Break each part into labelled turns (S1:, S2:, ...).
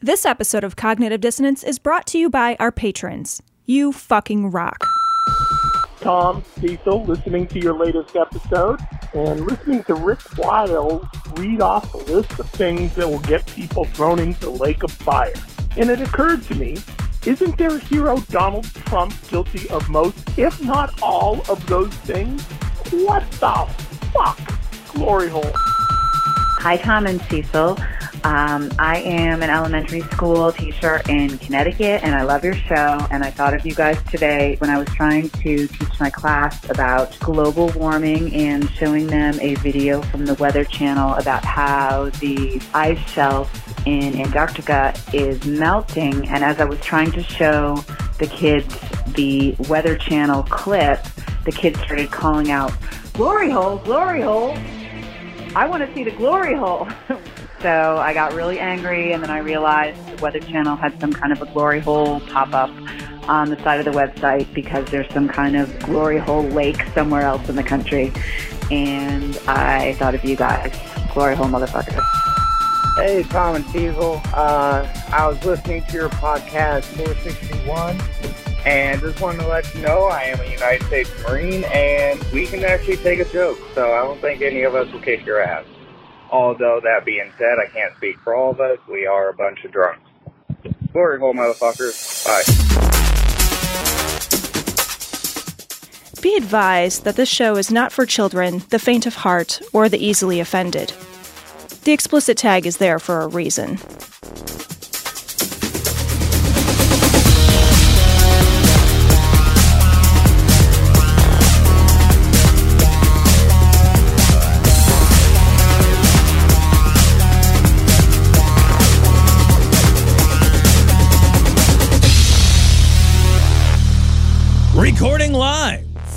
S1: This episode of Cognitive Dissonance is brought to you by our patrons. You fucking rock.
S2: Tom Cecil listening to your latest episode and listening to Rick Wiles read off a list of things that will get people thrown into the lake of fire. And it occurred to me, isn't their hero Donald Trump guilty of most, if not all, of those things? What the fuck? Glory hole.
S3: Hi, Tom and Cecil. Um, I am an elementary school teacher in Connecticut, and I love your show. And I thought of you guys today when I was trying to teach my class about global warming and showing them a video from the Weather Channel about how the ice shelf in Antarctica is melting. And as I was trying to show the kids the Weather Channel clip, the kids started calling out, "Glory hole! Glory hole!" I want to see the glory hole. so I got really angry, and then I realized the Weather Channel had some kind of a glory hole pop up on the side of the website because there's some kind of glory hole lake somewhere else in the country. And I thought of you guys, glory hole motherfuckers.
S4: Hey, Tom and Diesel. Uh, I was listening to your podcast 461, and just wanted to let you know I am a United States Marine, and we can actually take a joke, so I don't think any of us will kick your ass. Although, that being said, I can't speak for all of us. We are a bunch of drunks. Glory hole, motherfuckers. Bye.
S1: Be advised that this show is not for children, the faint of heart, or the easily offended. The explicit tag is there for a reason.
S5: Recording live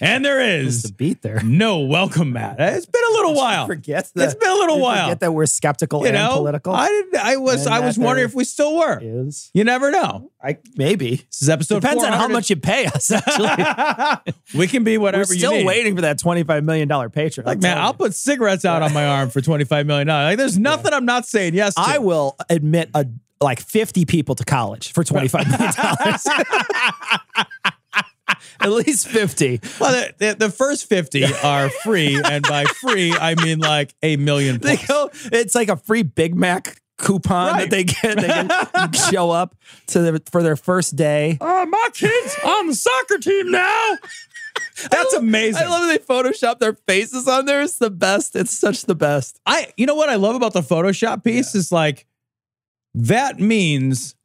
S5: and there
S6: Just
S5: is
S6: the beat there.
S5: no welcome mat. It's been a little while.
S6: Forget that.
S5: It's been a little
S6: you
S5: while.
S6: Forget that we're skeptical
S5: You
S6: and
S5: know,
S6: political.
S5: I didn't. I was.
S6: And
S5: I was
S6: that
S5: wondering
S6: there
S5: if we still were.
S6: is.
S5: You never know.
S6: I maybe
S5: This is episode.
S6: depends on how
S5: 400.
S6: much you pay us. Actually,
S5: we can be
S6: we're
S5: whatever
S6: still
S5: you need.
S6: waiting for that twenty-five million dollar patron.
S5: Like man, I'll
S6: I'll
S5: put cigarettes out on my arm for twenty five million dollars. Like there's nothing I'm not saying yes. To.
S6: I will admit a like fifty people to college for twenty-five million dollars. At least fifty.
S5: Well, the, the, the first fifty are free, and by free I mean like a million.
S6: They
S5: Plus.
S6: go. It's like a free Big Mac coupon
S5: Right.
S6: that they get. They can show up to the, for their first day.
S5: Oh, my kids on the soccer team now. That's amazing.
S6: I love that they Photoshop their faces on there. It's the best. It's such the best.
S5: I you know what I love about the Photoshop piece is like that means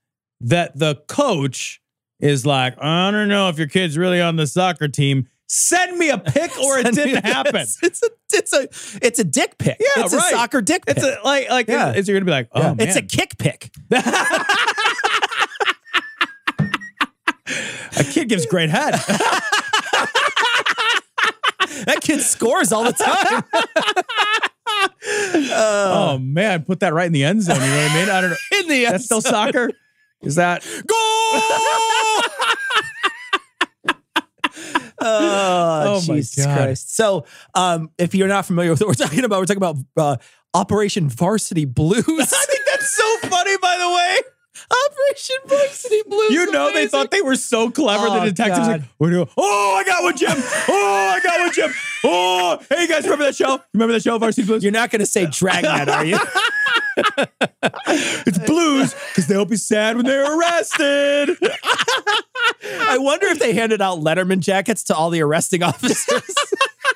S5: that the coach is like, I don't know if your kid's really on the soccer team. Send me a pic or it
S6: Send me
S5: didn't
S6: this.
S5: happen.
S6: It's a it's a it's a dick pic.
S5: Yeah,
S6: it's
S5: right.
S6: a soccer dick pic.
S5: It's a, like like
S6: Yeah.
S5: it's, you're gonna be like, oh
S6: Yeah.
S5: man.
S6: it's a kick pic.
S5: a kid gives great head.
S6: Uh. That kid scores all the time.
S5: oh man, put that right in the end zone. You know what I mean? I don't know.
S6: In the end,
S5: That's still soccer. Is that goal?
S6: Oh,
S5: Oh, my
S6: Jesus
S5: God.
S6: Christ. So, um, if you're not familiar with what we're talking about, we're talking about uh, Operation Varsity Blues.
S5: I think that's so funny. By the way.
S6: Operation Varsity Blues.
S5: You know, they
S6: amazing.
S5: thought they were so clever. the
S6: Oh,
S5: detectives
S6: God.
S5: like, what do you, oh, I got one, Jim. Oh, I got one, Jim. Oh, hey, you guys remember that show? Remember that show, Varsity Blues?
S6: You're not going to say Dragnet, are you?
S5: It's blues because they'll be sad when they're arrested.
S6: I wonder if they handed out Letterman jackets to all the arresting officers.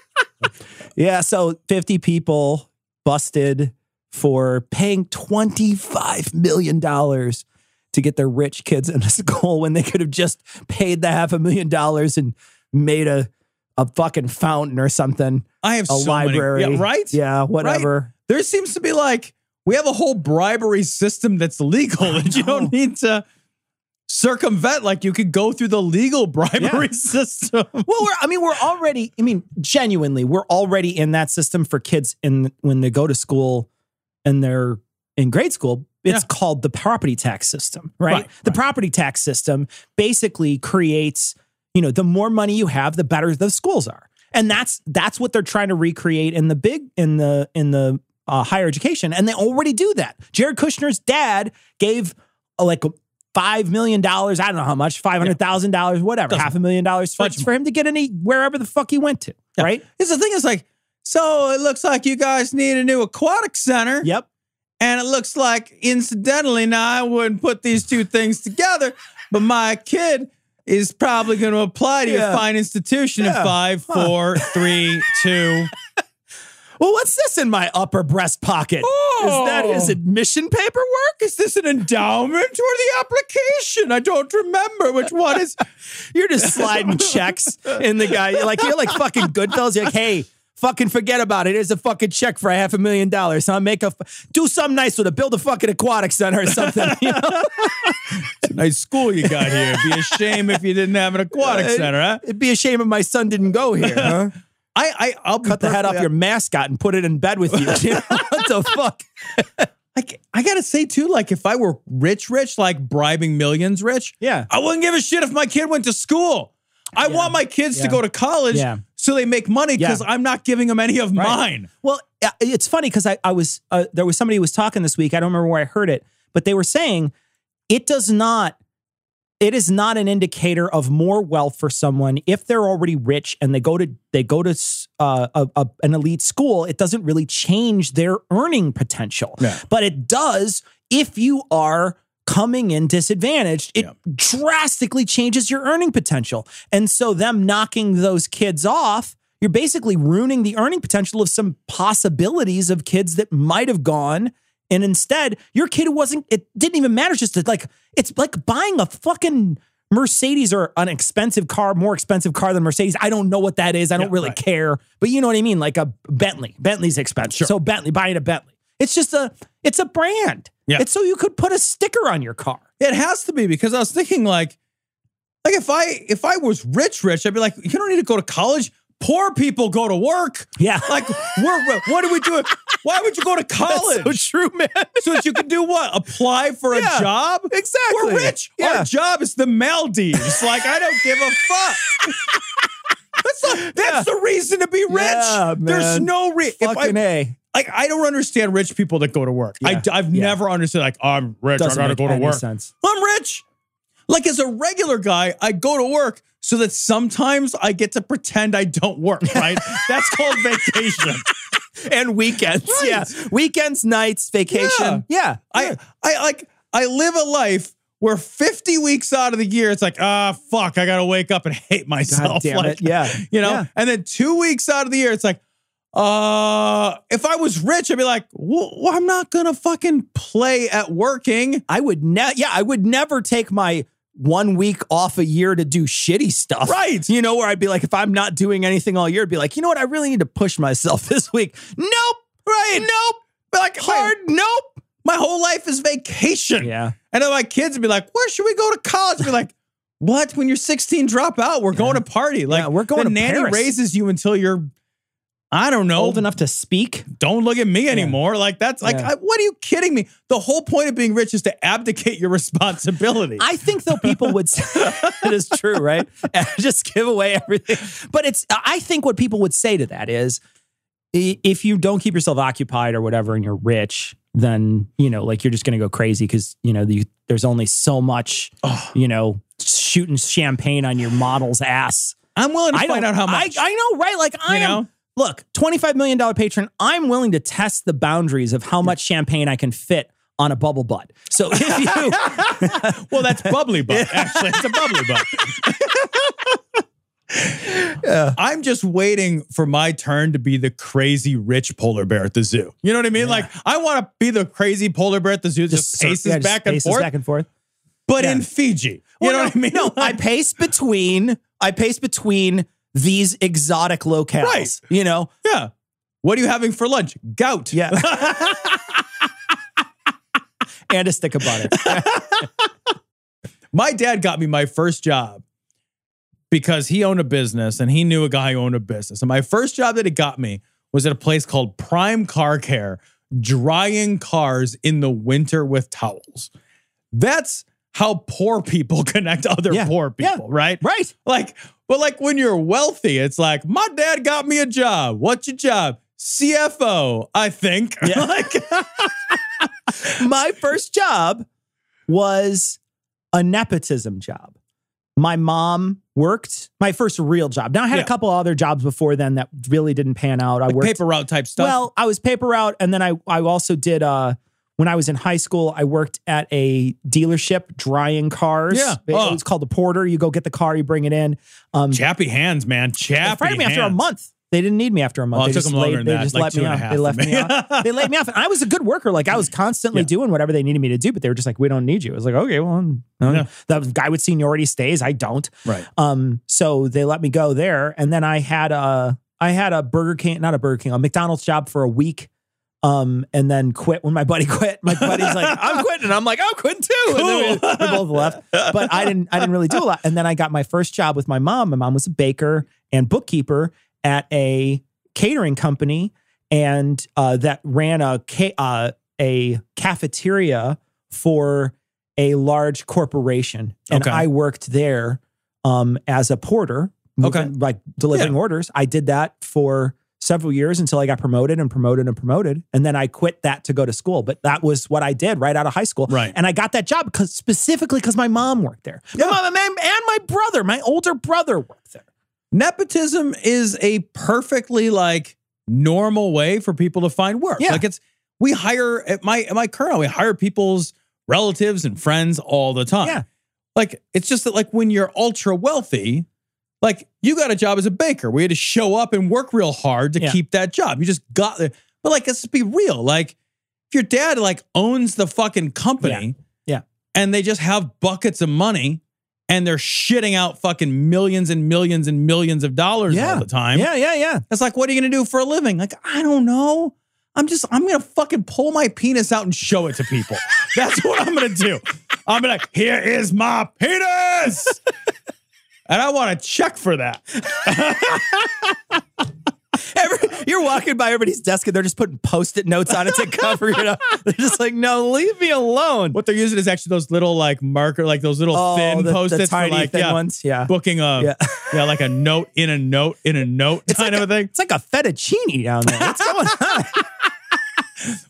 S6: yeah, so 50 people busted for paying $25 million to get their rich kids into school when they could have just paid the half a million dollars and made a, a fucking fountain or something,
S5: I have
S6: a
S5: so many-
S6: library.
S5: Yeah, right?
S6: Yeah, whatever.
S5: There seems to be like, we have a whole bribery system that's legal that you don't need to. circumvent. Like you could go through the legal bribery system.
S6: Well, we're, I mean, we're already, I mean, genuinely, we're already in that system for kids in when they go to school and they're in grade school. It's
S5: Yeah.
S6: called the property tax system, right?
S5: Right,
S6: The
S5: right.
S6: property tax system basically creates, you know, the more money you have, the better the schools are. And that's that's what they're trying to recreate in the big in the in the uh, higher education, and they already do that. Jared Kushner's dad gave uh, like five million dollars. I don't know how much, five hundred thousand dollars, whatever,
S5: Doesn't-
S6: half a million dollars for,
S5: Much-
S6: for him to get any wherever the fuck he went to, right?
S5: Because the thing is like, so it looks like you guys need a new aquatic center.
S6: Yep.
S5: And it looks like, incidentally, now I wouldn't put these two things together, but my kid is probably going to apply to
S6: Yeah.
S5: your fine institution
S6: Yeah.
S5: in five,
S6: Huh.
S5: four, three, two.
S6: Well, what's this in my upper breast pocket? Is that
S5: Oh.
S6: is admission paperwork?
S5: Is this an endowment or the application? I don't remember which one is.
S6: You're just sliding checks in the guy. You're like you're like fucking Goodfellas. You're like, hey, fucking forget about it. Here's a fucking check for a half a million dollars. Huh? Make a f- do something nice with it. Build a fucking aquatic center or something. you know?
S5: nice school you got here. It'd be a shame if you didn't have an aquatic center, huh?
S6: It'd be a shame if my son didn't go here. Huh?
S5: I, I, I'll
S6: Cut the head off your mascot and put it in bed with you. what the fuck?
S5: I, I gotta say too, like if I were rich, rich, like bribing millions, rich,
S6: Yeah.
S5: I wouldn't give a shit if my kid went to school. I want my kids
S6: Yeah.
S5: to go to college
S6: Yeah.
S5: so they make money because
S6: Yeah.
S5: I'm not giving them any of mine.
S6: Well, uh, it's funny because I, I was uh, there was somebody who was talking this week. I don't remember where I heard it, but they were saying it does not. It is not an indicator of more wealth for someone if they're already rich and they go to they go to uh, a, a- an elite school. It doesn't really change their earning potential,
S5: Yeah.
S6: but it does if you are coming in disadvantaged. It
S5: Yeah.
S6: drastically changes your earning potential, and so them knocking those kids off you're basically ruining the earning potential of some possibilities of kids that might have gone and instead your kid who wasn't it didn't even matter it's just that like it's like buying a fucking mercedes or an expensive car more expensive car than mercedes i don't know what that is i don't
S5: Yeah,
S6: really
S5: right.
S6: care but you know what i mean like a bentley bentley's expensive so bentley buying a bentley it's just a it's a brand
S5: Yeah.
S6: it's so you could put a sticker on your car
S5: It has to be because I was thinking like, like if I if I was rich, rich, I'd be like, you don't need to go to college. Poor people go to work.
S6: yeah
S5: Like, we're, we're- what do we do? Why would you go to college?
S6: so true man
S5: so that you can do what? Apply for a
S6: Yeah,
S5: job?
S6: exactly.
S5: We're rich.
S6: Yeah.
S5: Our job is the Maldives. like, I don't give a fuck. That's, not, that's the reason to be rich.
S6: Yeah,
S5: There's
S6: man.
S5: no re- if I,
S6: fucking a
S5: like I don't understand rich people that go to work. I,
S6: Yeah,
S5: have
S6: yeah.
S5: never understood like oh, I'm rich.
S6: doesn't
S5: I gotta
S6: make
S5: go to
S6: any
S5: work.
S6: sense
S5: I'm rich. Like as a regular guy, I go to work so that sometimes I get to pretend I don't work. Right? that's called vacation.
S6: and weekends.
S5: Right.
S6: Yeah. Weekends, nights, vacation. Yeah.
S5: I I like I live a life where 50 weeks out of the year it's like ah fuck I gotta wake up and hate myself. like,
S6: Yeah.
S5: You know,
S6: Yeah.
S5: and then two weeks out of the year it's like. Uh, if I was rich, I'd be like, well, I'm not gonna fucking play at working.
S6: I would never yeah, I would never take my one week off a year to do shitty stuff.
S5: Right.
S6: You know, where I'd be like, if I'm not doing anything all year, I'd be like, you know what, I really need to push myself this week. Nope.
S5: Right.
S6: Nope.
S5: But like
S6: Hard
S5: hard.
S6: nope.
S5: My whole life is vacation.
S6: Yeah.
S5: And then my kids would be like, where should we go to college? I'd be like, what? When you're 16, drop out. We're going to party. Like
S6: we're going
S5: the
S6: to
S5: nanny
S6: Paris.
S5: raises you until you're, I don't know,
S6: Old enough to speak.
S5: Don't look at me anymore. Like that's like,
S6: Yeah.
S5: I, what are you kidding me? The whole point of being rich is to abdicate your responsibility.
S6: I think though people would say it is true, right? Just give away everything. But it's I think what people would say to that is i- if you don't keep yourself occupied or whatever and you're rich, then you know, like you're just gonna go crazy because you know you, there's only so much, you know, shooting champagne on your model's ass.
S5: I'm willing to find
S6: don't-
S5: out how much.
S6: I, I know, right? Like I
S5: You
S6: am.
S5: know?
S6: Look, twenty-five million dollar patron. I'm willing to test the boundaries of how much champagne I can fit on a bubble butt. So if you
S5: well, that's bubbly butt. Actually, it's a bubbly butt. I'm just waiting for my turn to be the crazy rich polar bear at the zoo. You know what I mean? Like I want to be the crazy polar bear at the zoo, just,
S6: sort-
S5: paces
S6: yeah, just
S5: back and
S6: paces
S5: forth,
S6: back and forth.
S5: but
S6: yeah.
S5: in Fiji. You
S6: Well,
S5: know
S6: no,
S5: what I mean?
S6: No, I
S5: Like,
S6: pace between. I pace between these exotic locales.
S5: Right.
S6: You know.
S5: yeah. What are you having for lunch? Gout.
S6: Yeah. and a stick of butter.
S5: My dad got me my first job because he owned a business and he knew a guy who owned a business. And my first job that he got me was at a place called Prime Car Care, drying cars in the winter with towels. That's how poor people connect to other
S6: Yeah.
S5: poor
S6: Yeah.
S5: people, right?
S6: Right.
S5: Like, but like when you're wealthy, it's like, my dad got me a job. What's your job? CFO, I think.
S6: Yeah.
S5: like,
S6: my first job was a nepotism job. My mom worked my first real job. Now I had
S5: Yeah.
S6: a couple other jobs before then that really didn't pan out. I
S5: like
S6: worked
S5: paper route type stuff.
S6: well, I was paper route, and then I I also did uh when I was in high school, I worked at a dealership drying cars.
S5: Yeah.
S6: It,
S5: Oh.
S6: was called the Porter. You go get the car, you bring it in. Um
S5: chappy hands, man.
S6: they
S5: Chappy
S6: fired me
S5: hands.
S6: after a month. They didn't need me after a month.
S5: Oh,
S6: they
S5: it took
S6: just
S5: them longer
S6: laid-
S5: than
S6: they
S5: that.
S6: just
S5: Like
S6: let
S5: two
S6: me
S5: and a
S6: off.
S5: half
S6: They left
S5: to
S6: me
S5: me.
S6: off. They laid me off. And I was a good worker. Like I was constantly
S5: Yeah.
S6: doing whatever they needed me to do, but they were just like, we don't need you. It was like, okay, well, no.
S5: Yeah.
S6: the guy with seniority stays. I don't.
S5: Right.
S6: Um, so they let me go there, and then I had a I had a Burger King, not a Burger King, a McDonald's job for a week, um, and then quit when my buddy quit. My buddy's like, I'm quitting. And I'm like, I'm quitting too. And then
S5: Cool.
S6: we, we both left, but I didn't. I didn't really do a lot. And then I got my first job with my mom. My mom was a baker and bookkeeper at a catering company, and uh, that ran a ca- uh, a cafeteria for a large corporation, and
S5: Okay.
S6: I worked there um, as a porter, moving-
S5: Okay.
S6: like delivering orders. I did that for several years until I got promoted and promoted and promoted, and then I quit that to go to school. But that was what I did right out of high school,
S5: Right.
S6: And I got that job because specifically because my mom worked there. My mom and my- and my brother, my older brother, worked there.
S5: nepotism is a perfectly like normal way for people to find work.
S6: Yeah.
S5: Like it's we hire at my at my current we hire people's relatives and friends all the time.
S6: Yeah.
S5: Like it's just that like when you're ultra wealthy, like you got a job as a baker where you had to show up and work real hard to
S6: Yeah.
S5: keep that job. You just got there. But like let's be real. Like if your dad like owns the fucking company
S6: Yeah. Yeah.
S5: and they just have buckets of money and they're shitting out fucking millions and millions and millions of dollars
S6: Yeah.
S5: all the time.
S6: yeah, yeah, yeah.
S5: It's like, what are you gonna do for a living? Like, I don't know. I'm just, I'm gonna fucking pull my penis out and show it to people. That's what I'm gonna do. I'm gonna, here is my penis. and I wanna check for that.
S6: Every, you're walking by everybody's desk and they're just putting post-it notes on it to cover it up. They're just like, no, leave me alone.
S5: What they're using is actually those little like marker, like those little thin
S6: Oh, the,
S5: post-its
S6: the
S5: for
S6: tiny
S5: like
S6: thin
S5: yeah,
S6: ones. Yeah.
S5: booking a yeah.
S6: Yeah.
S5: like a note in a note in a note kind
S6: like
S5: of a thing.
S6: It's like a fettuccine down there. What's going on?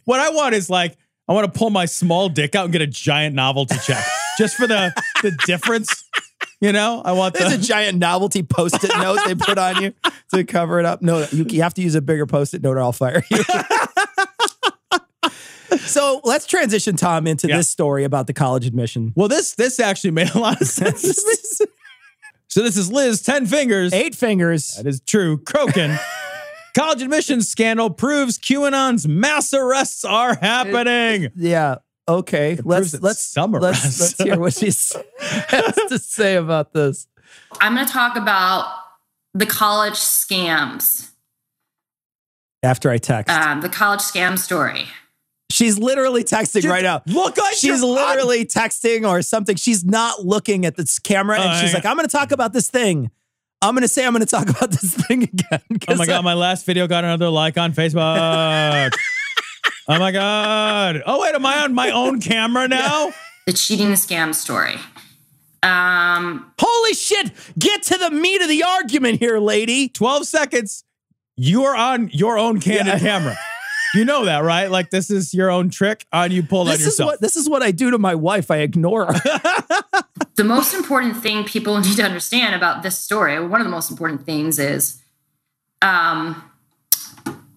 S5: What I want is like I want to pull my small dick out and get a giant novelty check just for the the difference. You know, I want
S6: There's a
S5: the
S6: giant novelty post-it note they put on you to cover it up. No, you, you have to use a bigger post-it note or I'll fire you. so let's transition Tom into
S5: Yeah.
S6: this story about the college admission.
S5: well. This this actually made a lot of sense. So this is Liz Ten Fingers.
S6: Eight fingers.
S5: That is true. Croaking. College admissions scandal proves QAnon's mass arrests are happening.
S6: Yeah. Okay.
S5: proves
S6: Let's
S5: that
S6: let's
S5: some are us.
S6: let's let's hear what she has to say about this.
S7: I'm going to talk about the college scams,
S6: After I text,
S7: um, the college scam story.
S6: she's literally texting right now.
S5: Look, at
S6: She's
S5: your-
S6: literally texting or something. She's not looking at this camera, and
S5: Oh,
S6: she's
S5: yeah.
S6: like, "I'm going to talk about this thing. I'm going to say I'm going to talk about this thing again." uh,
S5: Oh my god, my last video got another like on Facebook. oh my god. Oh wait, am I on my own camera now?
S7: the cheating and scam story. Um,
S6: Holy shit! Get to the meat of the argument here, lady.
S5: 12 seconds, you're on your own candid
S6: Yeah.
S5: camera. You know that, right? Like this is your own trick on you pulled on
S6: This is
S5: yourself.
S6: what this is what I do to my wife. I ignore her.
S7: the most important thing people need to understand about this story, one of the most important things is um,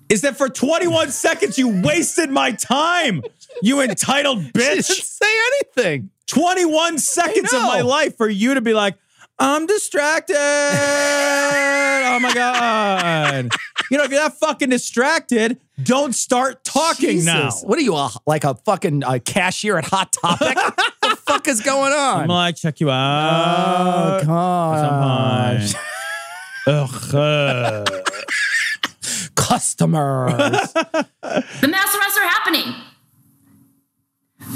S5: is that for 21 seconds you wasted my time, you entitled
S6: she didn't
S5: bitch.
S6: say anything.
S5: 21 seconds of
S6: know.
S5: my life for you to be like, I'm distracted. oh my God. You know, if you're that fucking distracted, don't start talking
S6: Jesus.
S5: now.
S6: What are you a, like a fucking uh, cashier at Hot Topic? the fuck is going
S5: I'm
S6: on?
S5: like, check you
S6: oh
S5: out.
S6: god.
S5: Sometimes. Ugh. uh.
S6: Customers.
S7: the mass arrests are happening.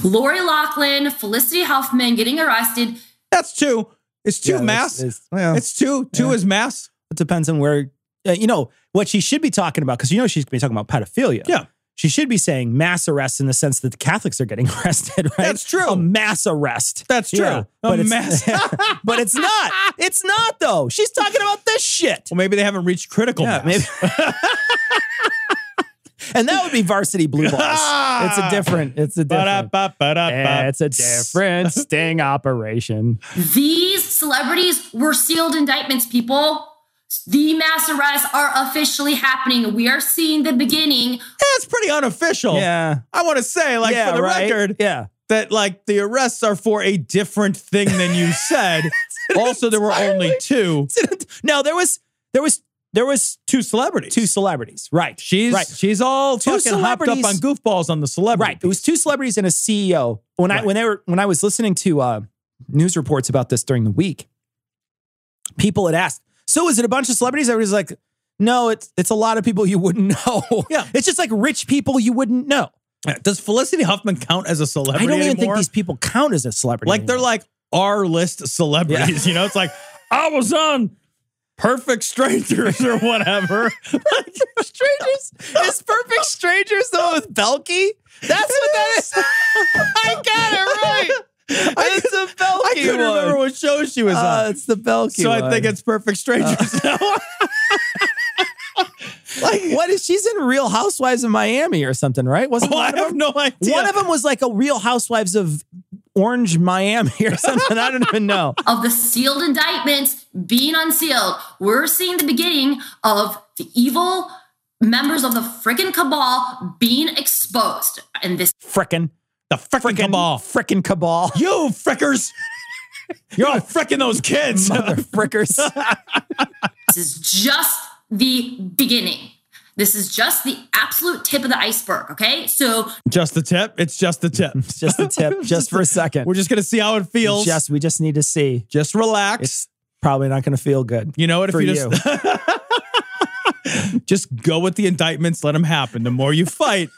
S7: Lori Laughlin, Felicity Huffman getting arrested
S5: That's two. It's two
S6: Yeah, that's-
S5: mass. It's,
S6: it's- well,
S5: two. Two
S6: yeah.
S5: is mass.
S6: it depends on where, uh, you know, what she should be talking about, because you know she's going to be talking about pedophilia.
S5: Yeah.
S6: She should be saying mass arrest in the sense that the Catholics are getting arrested, right?
S5: That's true.
S6: A mass arrest.
S5: That's true.
S6: Yeah,
S5: A
S6: but it's-
S5: mass. well,
S6: but it's not. It's not, though. She's talking about this shit.
S5: maybe they haven't reached critical
S6: Yeah,
S5: mass.
S6: maybe. and that would be varsity blue balls. it's a different. It's a different.
S5: Ba-da-ba-ba-da-ba.
S6: It's a different sting operation.
S7: These celebrities were sealed indictments, people. The mass arrests are officially happening. We are seeing the beginning.
S5: That's pretty unofficial.
S6: Yeah.
S5: I want to say, Oh. like,
S6: yeah,
S5: for the
S6: right?
S5: record,
S6: Yeah.
S5: that like the arrests are for a different thing than you said. also, there were only two
S6: No, there was there was there was
S5: two celebrities.
S6: two celebrities. Right.
S5: She's
S6: right.
S5: she's all
S6: Two
S5: fucking hopped up
S6: celebrities.
S5: on goofballs on the celebrity.
S6: Right. It was two celebrities and a CEO. When I
S5: Right.
S6: when they were when I was listening to uh, news reports about this during the week, people had asked, "So is it a bunch of celebrities?" Everybody's like, "No, it's it's a lot of people you wouldn't know.
S5: Yeah.
S6: it's just like rich people you wouldn't know.
S5: piece. Does Felicity Huffman count as a celebrity?
S6: I don't even
S5: anymore?
S6: think these people count as a celebrity.
S5: like they're
S6: anymore.
S5: like our list celebrities. You know, it's like I was on Perfect Strangers or whatever. Like,
S6: strangers. Is perfect strangers the one with Belky? That's what that is. I got it right. it's the Belky
S5: I couldn't
S6: one.
S5: remember what show she was
S6: Uh,
S5: on.
S6: it's Uh. the Belky.
S5: So I
S6: one.
S5: think it's Perfect Strangers now.
S6: like what is she's in Real Housewives of Miami or something, right? Wasn't
S5: Well, I
S6: one of
S5: have
S6: them?
S5: no idea.
S6: One of them was like a Real Housewives of Orange Miami or something. I don't even know.
S7: of the sealed indictments being unsealed. We're seeing the beginning of the evil members of the frickin' cabal being exposed. And this
S6: Frickin'
S5: the frickin' cabal.
S6: frickin' cabal,
S5: You frickers. You're all fricking those kids.
S6: mother frickers.
S7: is just the beginning. This is just the absolute tip of the iceberg, okay? So
S5: Just the tip. It's just the tip.
S6: It's just a tip, just for a second.
S5: We're just going to see how it feels.
S6: Just we just need to see.
S5: just relax.
S6: It's probably not going to feel good.
S5: you know what? If
S6: for
S5: you just just go with the indictments, let them happen. The more you fight.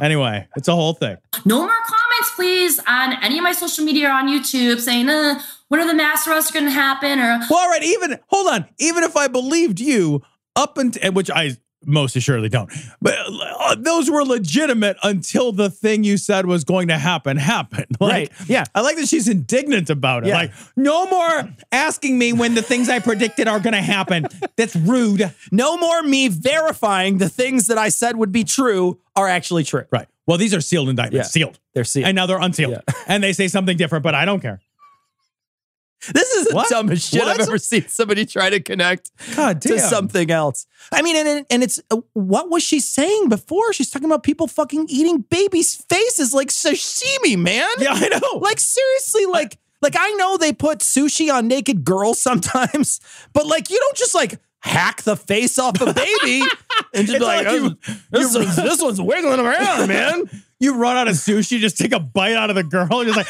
S5: anyway, it's a whole thing.
S7: no more comments, please, on any of my social media or on YouTube saying, uh, when are the mass arrests going to happen? Or
S5: Well, all right. Even hold on. Even if I believed you up until which I most assuredly don't, but uh, those were legitimate until the thing you said was going to happen happened. Like,
S6: Right. Yeah.
S5: I like that she's indignant about it.
S6: Yeah.
S5: Like, no more asking me when the things I predicted are going to happen. That's rude.
S6: No more me verifying the things that I said would be true are actually true.
S5: Right. Well, these are sealed indictments.
S6: Yeah.
S5: Sealed.
S6: They're sealed.
S5: And now they're unsealed.
S6: Yeah.
S5: And they say something different, but I don't care.
S6: This is the
S5: What?
S6: dumbest shit I've
S5: What?
S6: ever seen somebody try to connect
S5: God
S6: to something else. I mean, and and it's uh, what was she saying before? She's talking about people fucking eating babies' faces like sashimi, man.
S5: Yeah, I know.
S6: Like seriously, like like I know they put sushi on naked girls sometimes, but like you don't just like hack the face off a baby and
S5: It's
S6: just be like,
S5: not like you-
S6: "This- this, one's, this one's wiggling around, man.
S5: you run out of sushi, just take a bite out of the girl, and you're like,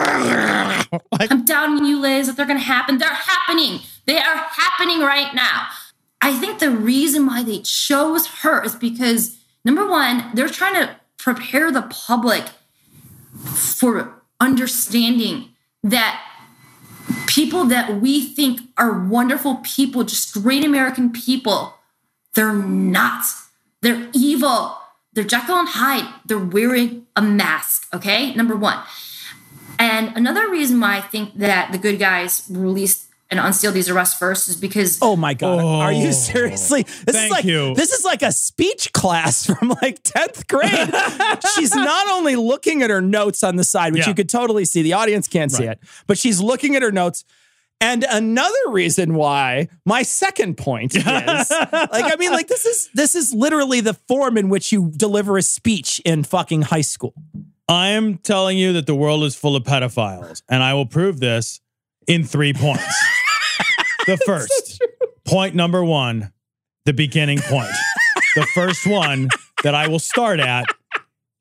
S5: like
S7: I'm doubting you, Liz, that they're going to happen. They're happening. They are happening right now. I think the reason why they chose her is because, number one, they're trying to prepare the public for understanding that people that we think are wonderful people, just great American people, they're not. They're evil. They're Jekyll and Hyde. They're wearing a mask, okay? Number one. And another reason why I think that the good guys released and unsealed these arrests first is because
S6: Oh my god! Are you
S5: Oh.
S6: seriously? This
S5: Thank
S6: is like
S5: you.
S6: this is like a speech class from like tenth grade. she's not only looking at her notes on the side, which
S5: Yeah.
S6: you could totally see. The audience can't see
S5: Right.
S6: it, but she's looking at her notes. And another reason why my second point is like I mean like this is this is literally the form in which you deliver a speech in fucking high school.
S5: I am telling you that the world is full of pedophiles, and I will prove this in three points. the first point number one, the beginning point. the first one that I will start at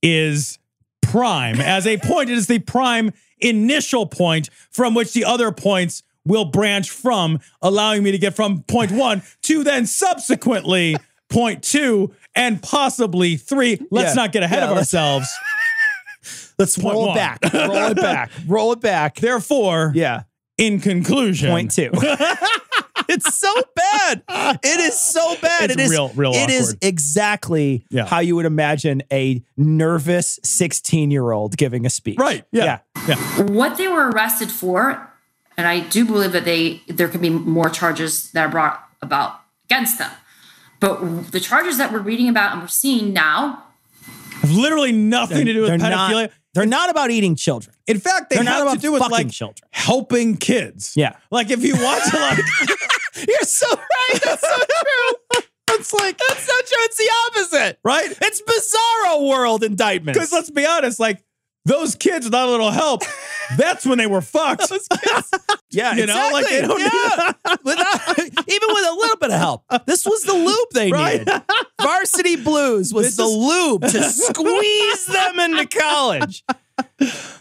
S5: is prime. As a point, it is the prime initial point from which the other points will branch from, allowing me to get from point one to then subsequently point two and possibly three. Let's
S6: Yeah.
S5: not get ahead
S6: Yeah,
S5: of
S6: let's-
S5: ourselves.
S6: Let's
S5: Point
S6: roll
S5: one.
S6: it back. Roll it back. Roll it back.
S5: Therefore,
S6: Yeah.
S5: in conclusion,
S6: Point two. it's so bad. It is so bad.
S5: It's
S6: it is
S5: real- real
S6: It is
S5: awkward.
S6: exactly
S5: Yeah.
S6: how you would imagine a nervous 16 year old giving a speech.
S5: Right. Yeah.
S7: what they were arrested for, and I do believe that they there could be more charges that are brought about against them. But the charges that we're reading about and we're seeing now,
S5: Have literally nothing to do with
S6: They're not-
S5: pedophilia.
S6: they're not about eating children.
S5: in fact, they
S6: They're
S5: have
S6: not about
S5: to do with
S6: fucking
S5: like
S6: children.
S5: helping kids.
S6: Yeah.
S5: Like if you want to like
S6: You're so right. That's so true. It's like that's not true. It's the opposite.
S5: right?
S6: It's bizarro world indictments.
S5: Because let's be honest, like those kids without a little help, that's when they were fucked.
S6: yeah,
S5: you know, like, they don't
S6: yeah. Without, even with a little bit of help, this was the lube they
S5: Right?
S6: needed. Varsity Blues was
S5: This
S6: the
S5: is-
S6: lube to squeeze them into college.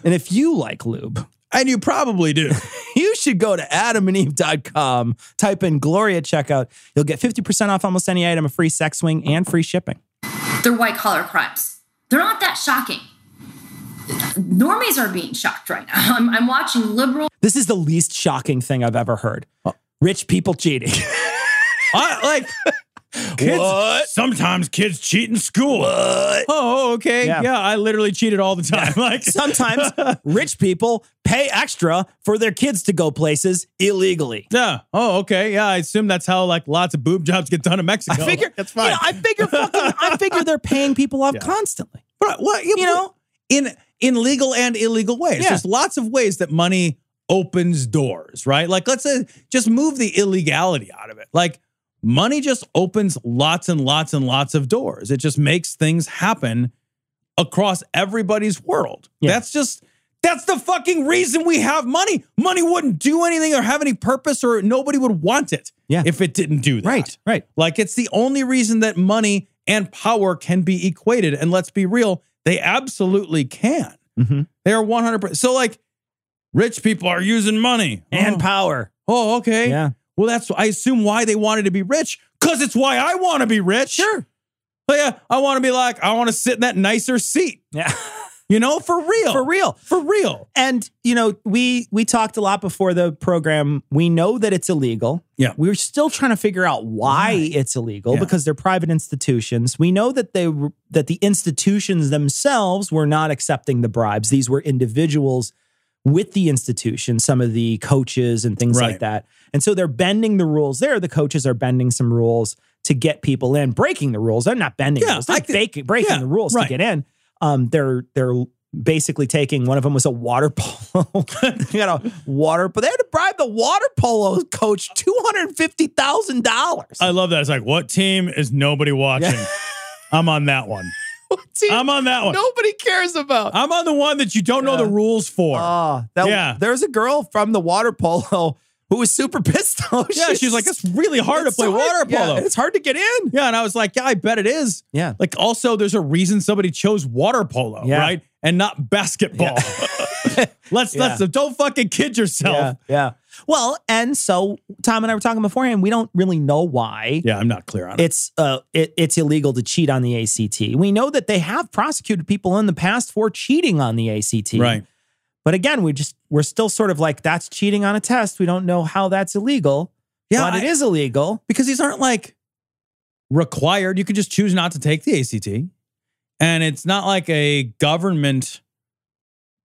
S6: And if you like lube,
S5: and you probably do.
S6: you should go to adamandeve.com, type in Gloria checkout. You'll get 50% off almost any item, a free sex swing, and free shipping.
S7: they're white collar crimes. They're not that shocking. Normies are being shocked right now. I'm, I'm watching liberal
S6: This is the least shocking thing I've ever heard. Rich people cheating.
S5: I, Oh. like kids.
S6: What?
S5: Sometimes kids cheat in school. Oh, okay.
S6: Yeah.
S5: Yeah. I literally cheated all the time. Like
S6: Sometimes rich people pay extra for their kids to go places illegally.
S5: Yeah. Oh, okay. Yeah. I assume that's how like lots of boob jobs get done in Mexico. that's fine.
S6: you know, I figure fucking, I figure they're paying people off
S5: Yeah.
S6: constantly.
S5: But what you, know, in in legal and illegal ways.
S6: Yeah.
S5: There's lots of ways that money opens doors, right? Like let's say just move the illegality out of it. Like money just opens lots and lots and lots of doors. It just makes things happen across everybody's world.
S6: Yeah.
S5: That's just that's the fucking reason we have money. Money wouldn't do anything or have any purpose or nobody would want it
S6: Yeah.
S5: if it didn't do that.
S6: right.
S5: Like it's the only reason that money and power can be equated. And let's be real, they absolutely can.
S6: Mhm.
S5: They are 100%. So, like, rich people are using money
S6: And
S5: Oh.
S6: power.
S5: oh, okay.
S6: Yeah.
S5: Well, that's, I assume, why they wanted to be rich because it's why I want to be rich. Sure. But yeah, I want to be like, I want to sit in that nicer seat,
S6: Yeah.
S5: you know, for real.
S6: For real.
S5: For real.
S6: And you know, we we talked a lot before the program. We know that it's illegal.
S5: Yeah.
S6: We're still trying to figure out why
S5: Why?
S6: it's illegal
S5: Yeah.
S6: because they're private institutions. We know that they were- that the institutions themselves were not accepting the bribes. These were individuals with the institution, some of the coaches and things like
S5: Right.
S6: that. And so they're bending the rules there. The coaches are bending some rules to get people in, breaking the rules. They're not bending
S5: Yeah,
S6: rules. They're
S5: I could-
S6: baking- breaking
S5: yeah,
S6: the rules
S5: right.
S6: to get in. Um, they're they're basically taking one of them was a water polo. you got a water, but they had to bribe the water polo coach two hundred fifty thousand dollars.
S5: I love that. It's like, what team is nobody watching? I'm on that one. I'm on that one.
S6: Nobody cares about.
S5: I'm on the one that you don't know
S6: Yeah.
S5: the rules for.
S6: Oh, that,
S5: Yeah.
S6: There's a girl from the water polo who was super pissed off.
S5: Yeah, she's like, it's really hard
S6: It's
S5: to play
S6: so
S5: water
S6: hard- yeah,
S5: polo. Yeah,
S6: it's hard to get in.
S5: and I was like, yeah, I bet it is.
S6: Yeah.
S5: Like, also, there's a reason somebody chose water polo,
S6: Yeah.
S5: right? And not basketball. let's
S6: Yeah.
S5: let's don't fucking kid yourself.
S6: Yeah, yeah. Well, and so Tom and I were talking beforehand. We don't really know why
S5: Yeah, I'm not clear on it.
S6: it's uh it, it's illegal to cheat on the ACT. We know that they have prosecuted people in the past for cheating on the ACT.
S5: Right.
S6: But again, we just we're still sort of like that's cheating on a test. We don't know how that's illegal.
S5: Yeah,
S6: but it
S5: I-
S6: is illegal.
S5: Because these aren't like required. You could just choose not to take the ACT. And it's not like a government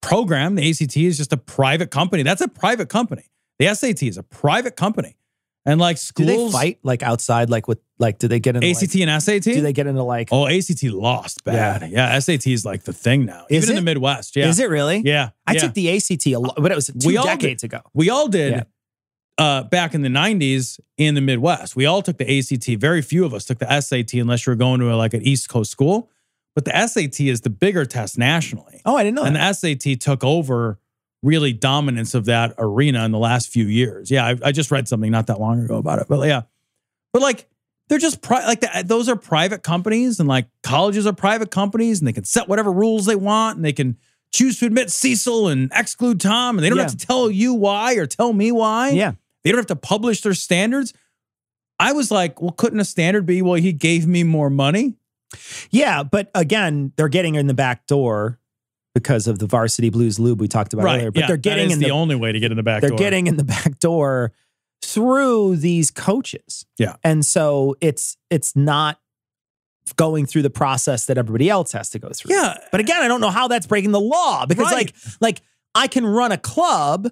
S5: program. The ACT is just a private company. That's a private company. The SAT is a private company. And like
S6: Do
S5: schools
S6: they fight like outside? Like with like do they get into
S5: ACT
S6: Like,
S5: and SAT?
S6: do they get into like?
S5: Oh, ACT lost bad. Yeah. SAT is like the thing now,
S6: Is
S5: even in
S6: it?
S5: the Midwest. Yeah.
S6: Is it really?
S5: Yeah.
S6: I
S5: yeah.
S6: took the ACT a lot, but it was two
S5: We all did.
S6: decades ago.
S5: We all did
S6: Yeah.
S5: uh, back in the 90s in the Midwest. We all took the ACT. Very few of us took the SAT unless you were going to like an East Coast school. But the SAT is the bigger test nationally.
S6: Oh, I didn't know.
S5: And
S6: that.
S5: the SAT took over really dominance of that arena in the last few years. Yeah, I, I just read something not that long ago about it, but yeah, but like they're just pri- like the, those are private companies, and like colleges are private companies, and they can set whatever rules they want, and they can choose to admit Cecil and exclude Tom, and they don't
S6: Yeah.
S5: have to tell you why or tell me why.
S6: Yeah.
S5: they don't have to publish their standards. I was like, well, couldn't a standard be? Well, he gave me more money.
S6: Yeah, but again, they're getting in the back door because of the varsity blues lube we talked about earlier.
S5: right.
S6: But
S5: yeah,
S6: they're
S5: that
S6: getting
S5: is
S6: in
S5: the,
S6: the,
S5: only way to get in the back
S6: they're
S5: door.
S6: getting in the back door through these coaches.
S5: Yeah.
S6: And so it's it's not going through the process that everybody else has to go through.
S5: Yeah.
S6: But again, I don't know how that's breaking the law because
S5: Right.
S6: like like I can run a club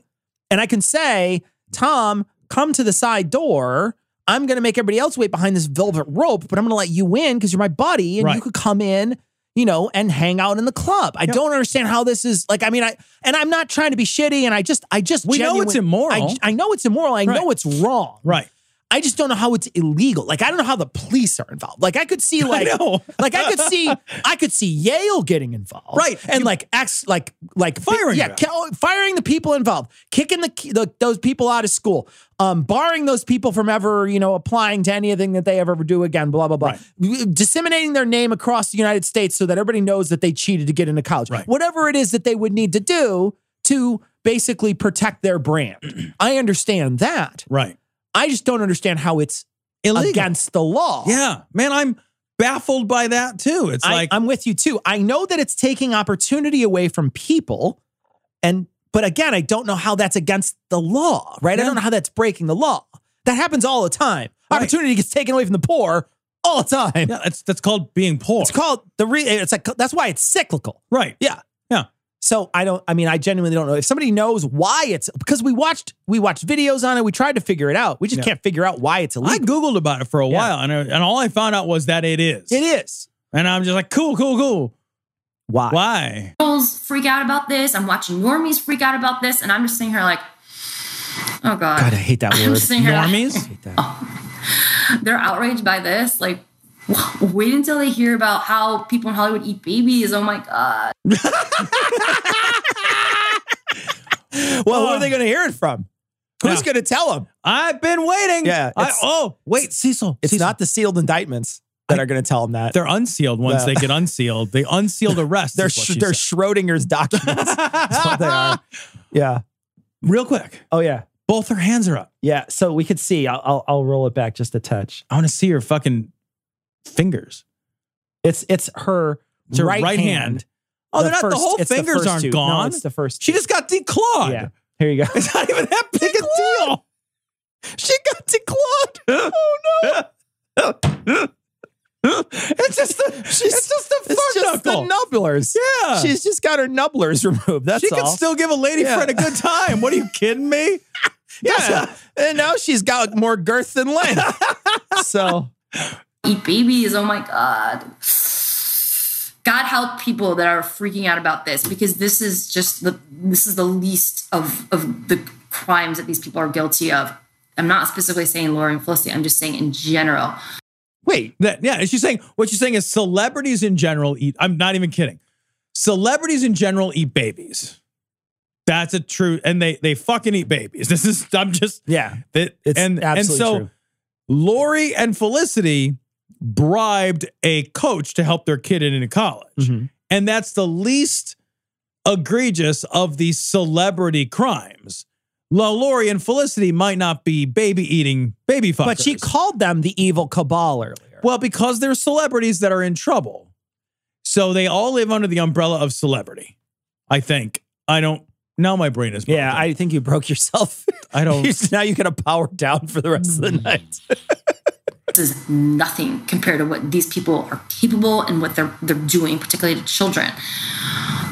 S6: and I can say, "Tom, come to the side door." I'm going to make everybody else wait behind this velvet rope, but I'm going to let you in because you're my buddy and you
S5: Right.
S6: could come in, you know, and hang out in the club. I don't understand how this is like, I mean, I, and I'm not trying to be shitty and I just, I just,
S5: We know it's
S6: genuine-
S5: immoral.
S6: I, I know it's immoral. I know
S5: Right.
S6: it's wrong.
S5: Right.
S6: I just don't know how it's illegal. Like I don't know how the police are involved. Like I could see like
S5: know.
S6: like I could see I could see Yale getting involved.
S5: Right.
S6: And like acts like like
S5: Firing
S6: yeah,
S5: them.
S6: ki- oh, firing the people involved, kicking the, the those people out of school, um barring those people from ever, you know, applying to anything that they ever do again, blah blah blah. Disseminating their name across the United States so that everybody knows that they cheated to get into college.
S5: Right.
S6: Whatever it is that they would need to do to basically protect their brand. I understand that.
S5: Right.
S6: I just don't understand how it's
S5: Illegal.
S6: against the law.
S5: Yeah. Man, I'm baffled by that too. It's
S6: I,
S5: like
S6: I'm with you too. I know that it's taking opportunity away from people, and but again, I don't know how that's against the law, right? I
S5: Yeah.
S6: don't know how that's breaking the law. That happens all the time.
S5: Right.
S6: Opportunity gets taken away from the poor all the time.
S5: yeah, that's that's called being poor.
S6: It's called the re- it's like that's why it's cyclical.
S5: right.
S6: Yeah.
S5: Yeah.
S6: So I don't I mean I genuinely don't know if somebody knows why it's because we watched we watched videos on it, we tried to figure it out. We just
S5: Yeah.
S6: can't figure out why it's
S5: I
S6: illegal.
S5: Googled about it for a
S6: Yeah.
S5: while and, I, and all I found out was that it is.
S6: it is.
S5: And I'm just like, cool, cool, cool.
S6: Why?
S5: Why?
S7: Girls freak out about this. I'm watching normies freak out about this, and I'm just sitting here like, oh god,
S6: God, I hate that
S7: I'm
S6: word.
S7: sitting here like,
S5: Normies?
S7: they're outraged by this. Like, w- wait until they hear about how people in Hollywood eat babies. Oh my god.
S6: Well, who are they going to hear it from? Who's
S5: Yeah.
S6: going to tell them?
S5: I've been waiting.
S6: Yeah,
S5: I,
S6: it's-
S5: oh, wait, Cecil.
S6: It's
S5: Cecil.
S6: not the sealed indictments that are going to tell them that.
S5: They're unsealed once
S6: No.
S5: they get unsealed. They unseal the rest.
S6: They're
S5: is what
S6: Sch-
S5: she
S6: they're
S5: said.
S6: Schrodinger's documents. That's what they are. Yeah.
S5: Real quick,
S6: Oh yeah.
S5: both her hands are up.
S6: Yeah. So we could see. I'll I'll, I'll roll it back just a touch.
S5: I want to see her fucking fingers.
S6: It's it's her
S5: It's her right hand. Oh, they're not the
S6: first-
S5: whole
S6: it's
S5: fingers
S6: first
S5: aren't
S6: two. No,
S5: gone.
S6: it's the first.
S5: she
S6: two.
S5: just got declawed.
S6: Yeah. Here you go.
S5: It's not even that big a deal. She got declawed. Oh no. it's just the it's just the
S6: It's
S5: fuck
S6: just
S5: knuckle.
S6: the nubblers.
S5: yeah.
S6: She's just got her nubblers removed. That's
S5: she
S6: all.
S5: can still give a lady
S6: Yeah.
S5: friend a good time. What are you kidding me?
S6: yeah. And now she's got more girth than length. so
S7: eat babies. Oh my God. God help people that are freaking out about this because this is just the this is the least of of the crimes that these people are guilty of. I'm not specifically saying Lauren Felicity, I'm just saying in general.
S6: wait.
S5: That yeah, she's saying what she's saying is celebrities in general eat. I'm not even kidding. Celebrities in general eat babies. That's a true, and they they fucking eat babies. This is I'm just
S6: Yeah.
S5: that
S6: It's
S5: and and
S6: absolutely
S5: so
S6: true.
S5: Lori and Felicity bribed a coach to help their kid into college,
S6: Mhm.
S5: and that's the least egregious of the celebrity crimes. La Lori and Felicity might not be baby eating baby fuckers,
S6: But she called them the evil cabal earlier.
S5: Well, because they're celebrities that are in trouble. So they all live under the umbrella of celebrity, I think. I don't, now my brain is
S6: yeah,
S5: broken.
S6: I think you broke yourself.
S5: I don't, Hmm.
S6: You- now you got to power down for the rest of the night.
S7: This is nothing compared to what these people are capable and what they're they're doing, particularly to children.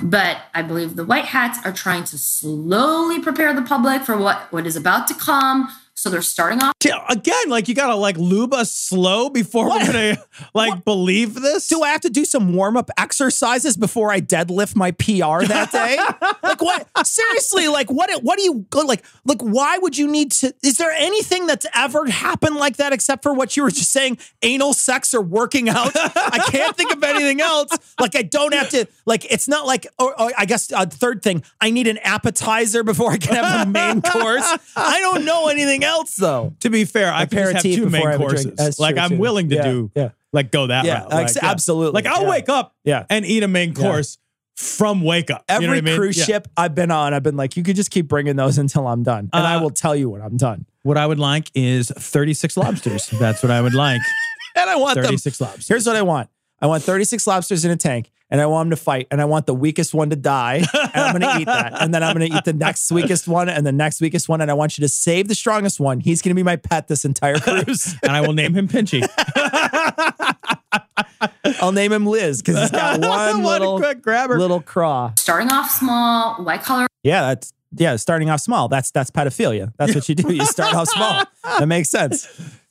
S7: But I believe the white hats are trying to slowly prepare the public for what what is about to come. So they're starting off
S5: T- again, like you gotta like lube us slow before
S6: What?
S5: we're gonna like believe this.
S6: Do I have to do some warm up exercises before I deadlift my PR that day? like what? Seriously, like what? What do you like? Like why would you need to? Is there anything that's ever happened like that except for what you were just saying? Anal sex or working out? I can't think of anything else. Like I don't have to. Like it's not like. Or, or I guess uh, third thing, I need an appetizer before I can have a main course. I don't know anything else though.
S5: to be fair, I could just have
S6: aperitif
S5: two
S6: before
S5: main
S6: I have a drink.
S5: courses.
S6: That's
S5: Like
S6: true,
S5: I'm
S6: too.
S5: willing to
S6: Yeah,
S5: do
S6: yeah.
S5: like go that
S6: Yeah,
S5: route. Like,
S6: ex- absolutely.
S5: Like I'll
S6: Yeah.
S5: wake up
S6: Yeah.
S5: and eat a main course from wake up. You know
S6: Every
S5: what I mean?
S6: cruise
S5: Yeah.
S6: ship I've been on, I've been like, you could just keep bringing those until I'm done. And I
S5: Uh,
S6: will tell you when I'm done.
S5: What I would like is 36 lobsters. That's what I would like.
S6: And I want them.
S5: 36 lobsters.
S6: Here's what I want I want 36 lobsters in a tank. and I want them to fight, and I want the weakest one to die, and I'm going to eat that, and then I'm going to eat the next weakest one, and the next weakest one, and I want you to save the strongest one. He's going to be my pet this entire cruise.
S5: and I will name him Pinchy.
S6: I'll name him Liz because he's got one, little
S5: quick grabber.
S6: little craw.
S7: Starting off small, white collar
S6: Yeah, that's yeah. Starting off small. That's that's pedophilia. That's what you do. You start off small. That makes sense.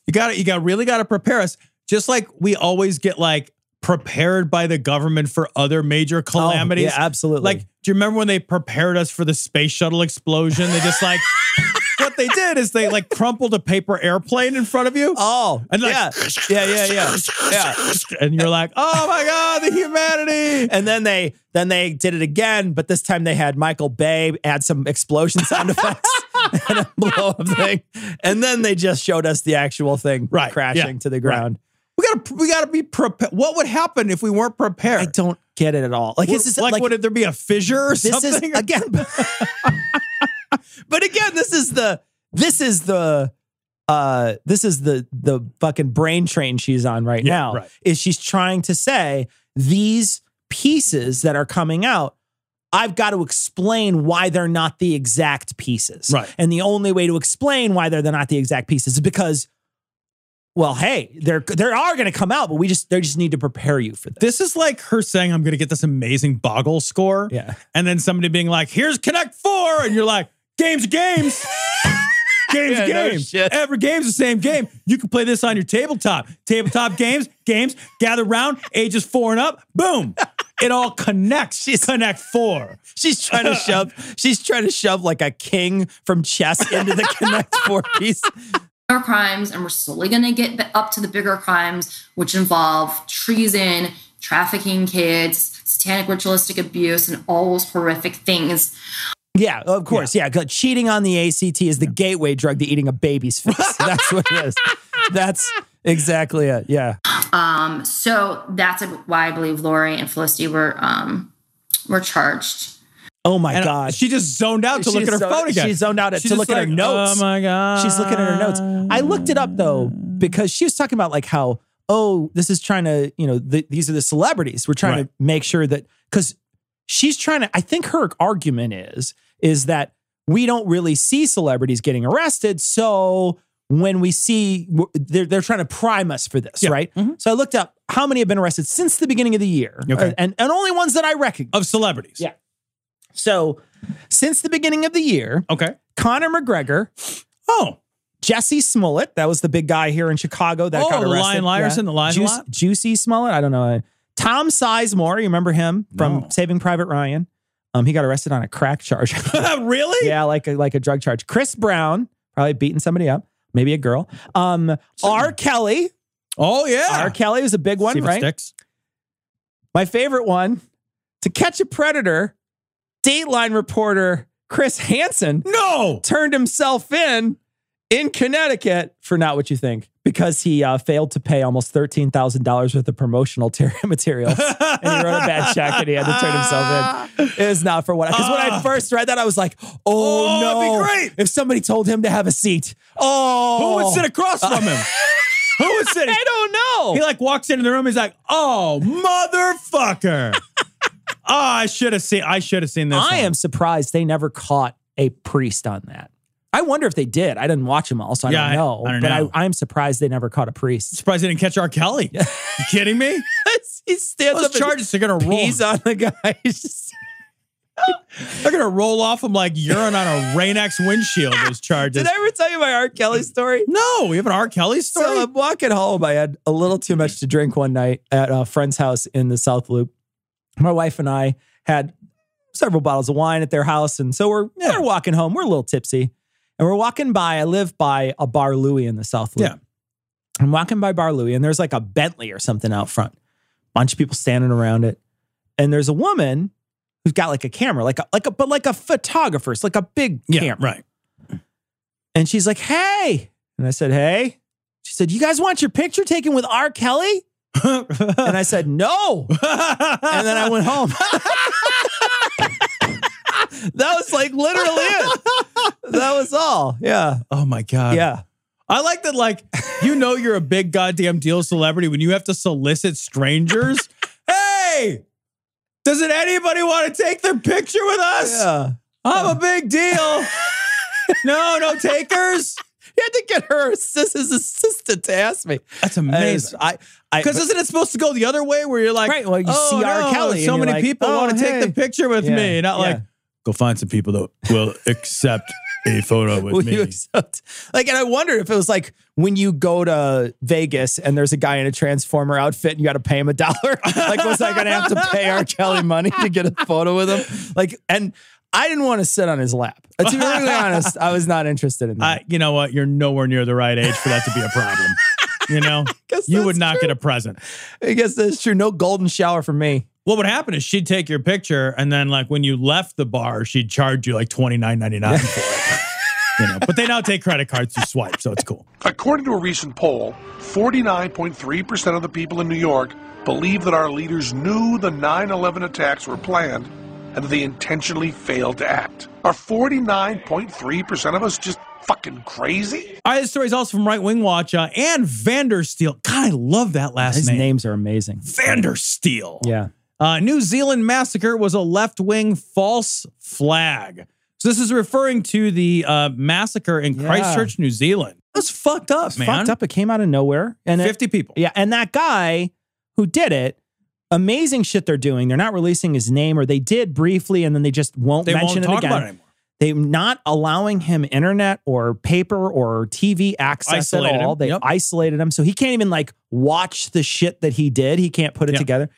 S5: You got to You got really got to prepare us. Just like we always get like prepared by the government for other major calamities.
S6: Oh, yeah, absolutely.
S5: Like, do you remember when they prepared us for the space shuttle explosion? They just like what they did is they like crumpled a paper airplane in front of you.
S6: oh,
S5: And like-
S6: yeah, yeah, yeah, yeah, yeah.
S5: And you're like, oh my god, the humanity!
S6: And then they then they did it again, but this time they had Michael Bay add some explosion sound effects and a blow up thing, and then they just showed us the actual thing
S5: Right,
S6: crashing
S5: yeah,
S6: to the
S5: right.
S6: ground.
S5: We gotta, we gotta be prepared. What would happen if we weren't prepared?
S6: I don't get it at all.
S5: Like,
S6: Like this is
S5: like,
S6: like
S5: would there be a fissure or
S6: this is
S5: something?
S6: again but again this is the this is the uh this is the the fucking brain train she's on right
S5: Yeah,
S6: now
S5: right.
S6: is she's trying to say these pieces that are coming out I've got to explain why they're not the exact pieces.
S5: Right.
S6: And the only way to explain why they're not the exact pieces is because well, hey, they're they are going to come out, but we just they just need to prepare you for this.
S5: this is like her saying, "I'm gonna get this amazing Boggle score,"
S6: Yeah.
S5: and then somebody being like, "Here's Connect Four," and you're like, "Games, games." Games,
S6: Yeah, no
S5: games.
S6: shit.
S5: Every game's the same game. You can play this on your tabletop. Tabletop games, games, gather round, ages four and up, boom. It all connects. Connect four.
S6: She's trying to shove. She's trying to shove like a king from chess into the Connect Four piece.
S7: our crimes and we're slowly going to get b- up to the bigger crimes which involve treason trafficking kids satanic ritualistic abuse and all those horrific things
S6: Yeah, of course. Yeah, 'cause cheating on the ACT is the gateway drug to eating a baby's face. That's what it is. That's exactly it. Yeah.
S7: um, so that's why i believe lori and felicity were um, were charged
S6: Oh my
S5: And uh,
S6: God.
S5: she just zoned out to
S6: She
S5: look at her
S6: zoned-
S5: phone again.
S6: she zoned out to
S5: just
S6: look at her notes.
S5: Oh my god.
S6: She's looking at her notes. I looked it up though because she was talking about like how oh this is trying to you know th- these are the celebrities we're trying
S5: Right.
S6: to make sure that because she's trying to I think her argument is is that we don't really see celebrities getting arrested so when we see w- they're they're trying to prime us for this
S5: Yeah. Mm-hmm.
S6: right so I looked up how many have been arrested since the beginning of the year
S5: Okay.
S6: and and only ones that I recognize
S5: of celebrities.
S6: Yeah. so since the beginning of the year
S5: Okay.
S6: Conor McGregor
S5: Oh,
S6: Jesse Smollett, that was the big guy here in Chicago that
S5: Oh,
S6: got
S5: the
S6: arrested.
S5: Lion Liarson, the Lion Lot?
S6: Juicy Smollett, I don't know. Tom Sizemore, you remember him from
S5: No.
S6: Saving Private Ryan? Um, he got arrested on a crack charge.
S5: really?
S6: yeah, like a, like a drug charge. Chris Brown, probably beating somebody up, maybe a girl. Um, R. Kelly,
S5: Oh yeah.
S6: R. Kelly was a big one,
S5: See if it
S6: right?
S5: sticks.
S6: My favorite one, To Catch a Predator, Dateline reporter Chris Hansen
S5: No.
S6: turned himself in in Connecticut for not what you think because he uh, failed to pay almost thirteen thousand dollars worth of promotional ter- materials.
S5: and
S6: he wrote a bad check and he had to turn himself
S5: in.
S6: It was not for what because when I
S5: Ah.
S6: first read that I was like, oh,
S5: Oh,
S6: no!
S5: it'd be great.
S6: If somebody told him to have a seat,
S5: Who
S6: oh,
S5: would sit across from him? Who would sit?
S6: I don't know.
S5: He like walks into the room. He's like, "Oh, motherfucker! oh, I should have seen. I should have seen this.
S6: I
S5: one.
S6: am surprised they never caught a priest on that. I wonder if they did. I didn't watch them all, so I
S5: Yeah, I-
S6: don't know.
S5: I don't
S6: but
S5: know.
S6: I, I'm surprised they never caught a priest.
S5: surprised they didn't catch R. Kelly. you kidding me?
S6: he stands
S5: Those
S6: up and
S5: charges are gonna roll.
S6: pees on the guy. He's just-
S5: They're gonna roll off him like urine on a Rain-X windshield. Those charges.
S6: Did I ever tell you my R. Kelly story?
S5: no, we have an R. Kelly story.
S6: So I'm walking home. I had a little too much to drink one night at a friend's house in the South Loop. My wife and I had several bottles of wine at their house, and so we're we're walking home. We're a little tipsy, and we're walking by. I live by a Bar Louie in the South Loop.
S5: Yeah.
S6: I'm walking by Bar Louie, and there's like a Bentley or something out front. Bunch of people standing around it, and there's a woman who's got like a camera, like a like a but like a photographer's, like a big
S5: yeah,
S6: camera.
S5: right.
S6: And she's like, hey. And I said, hey. She said, you guys want your picture taken with R. Kelly? And I said, no. And then I went home. that was like literally it. That was all. Yeah.
S5: oh my god.
S6: Yeah.
S5: I like that, like, you know, you're a big goddamn deal celebrity when you have to solicit strangers. hey, Doesn't anybody want to take their picture with us?
S6: Yeah.
S5: I'm a big deal. no, no takers.
S6: You had to get her assist, his assistant to ask me.
S5: That's
S6: I, I,
S5: Because isn't it supposed to go the other way where you're like,
S6: Right, well, you
S5: oh,
S6: see R.
S5: no,
S6: Kelly,
S5: So
S6: and you're
S5: many
S6: like,
S5: people
S6: oh,
S5: want to
S6: hey.
S5: take the picture with
S6: Yeah,
S5: me, not
S6: yeah.
S5: like go find some people that will accept a photo with
S6: Will you accept? Like, and I wonder if it was like when you go to Vegas and there's a guy in a Transformer outfit and you got to pay him a dollar. like, was I going to have to pay R. Kelly money to get a photo with him? Like, and I didn't want to sit on his lap. Uh, To be really honest, I was not interested in that.
S5: I, you know what? You're nowhere near the right age for that to be a problem. you know,
S6: guess
S5: you would
S6: that's
S5: not
S6: true.
S5: get a present.
S6: I, guess that's true. No golden shower for me.
S5: What would happen is she'd take your picture, and then like when you left the bar, she'd charge you like twenty nine ninety nine for it. You know, but they now take credit cards to swipe, so it's cool.
S8: According to a recent poll, 49.3% of the people in New York believe that our leaders knew the 9 11 attacks were planned and that they intentionally failed to act. Are 49.3% of us just fucking crazy?
S5: All right, this story is also from Right Wing Watch uh, and Vandersteel. God, I love that last
S6: His
S5: name.
S6: names are amazing.
S5: Vandersteel.
S6: Yeah.
S5: Uh, New Zealand massacre was a left wing false flag. So this is referring to the uh, massacre in
S6: Yeah.
S5: Christchurch, New Zealand.
S6: It was fucked up,
S5: man.
S6: Fucked up. It came out of nowhere. And it,
S5: Fifty people.
S6: Yeah, and that guy who did it, amazing shit they're doing. They're not releasing his name, or they did briefly, and then they just won't
S5: they
S6: mention
S5: won't talk
S6: it again.
S5: about it anymore.
S6: They're not allowing him internet or paper or TV access
S5: Isolated
S6: at all.
S5: him,
S6: They
S5: yep.
S6: isolated him, so he can't even like watch the shit that he did. He can't put it
S5: Yeah.
S6: together.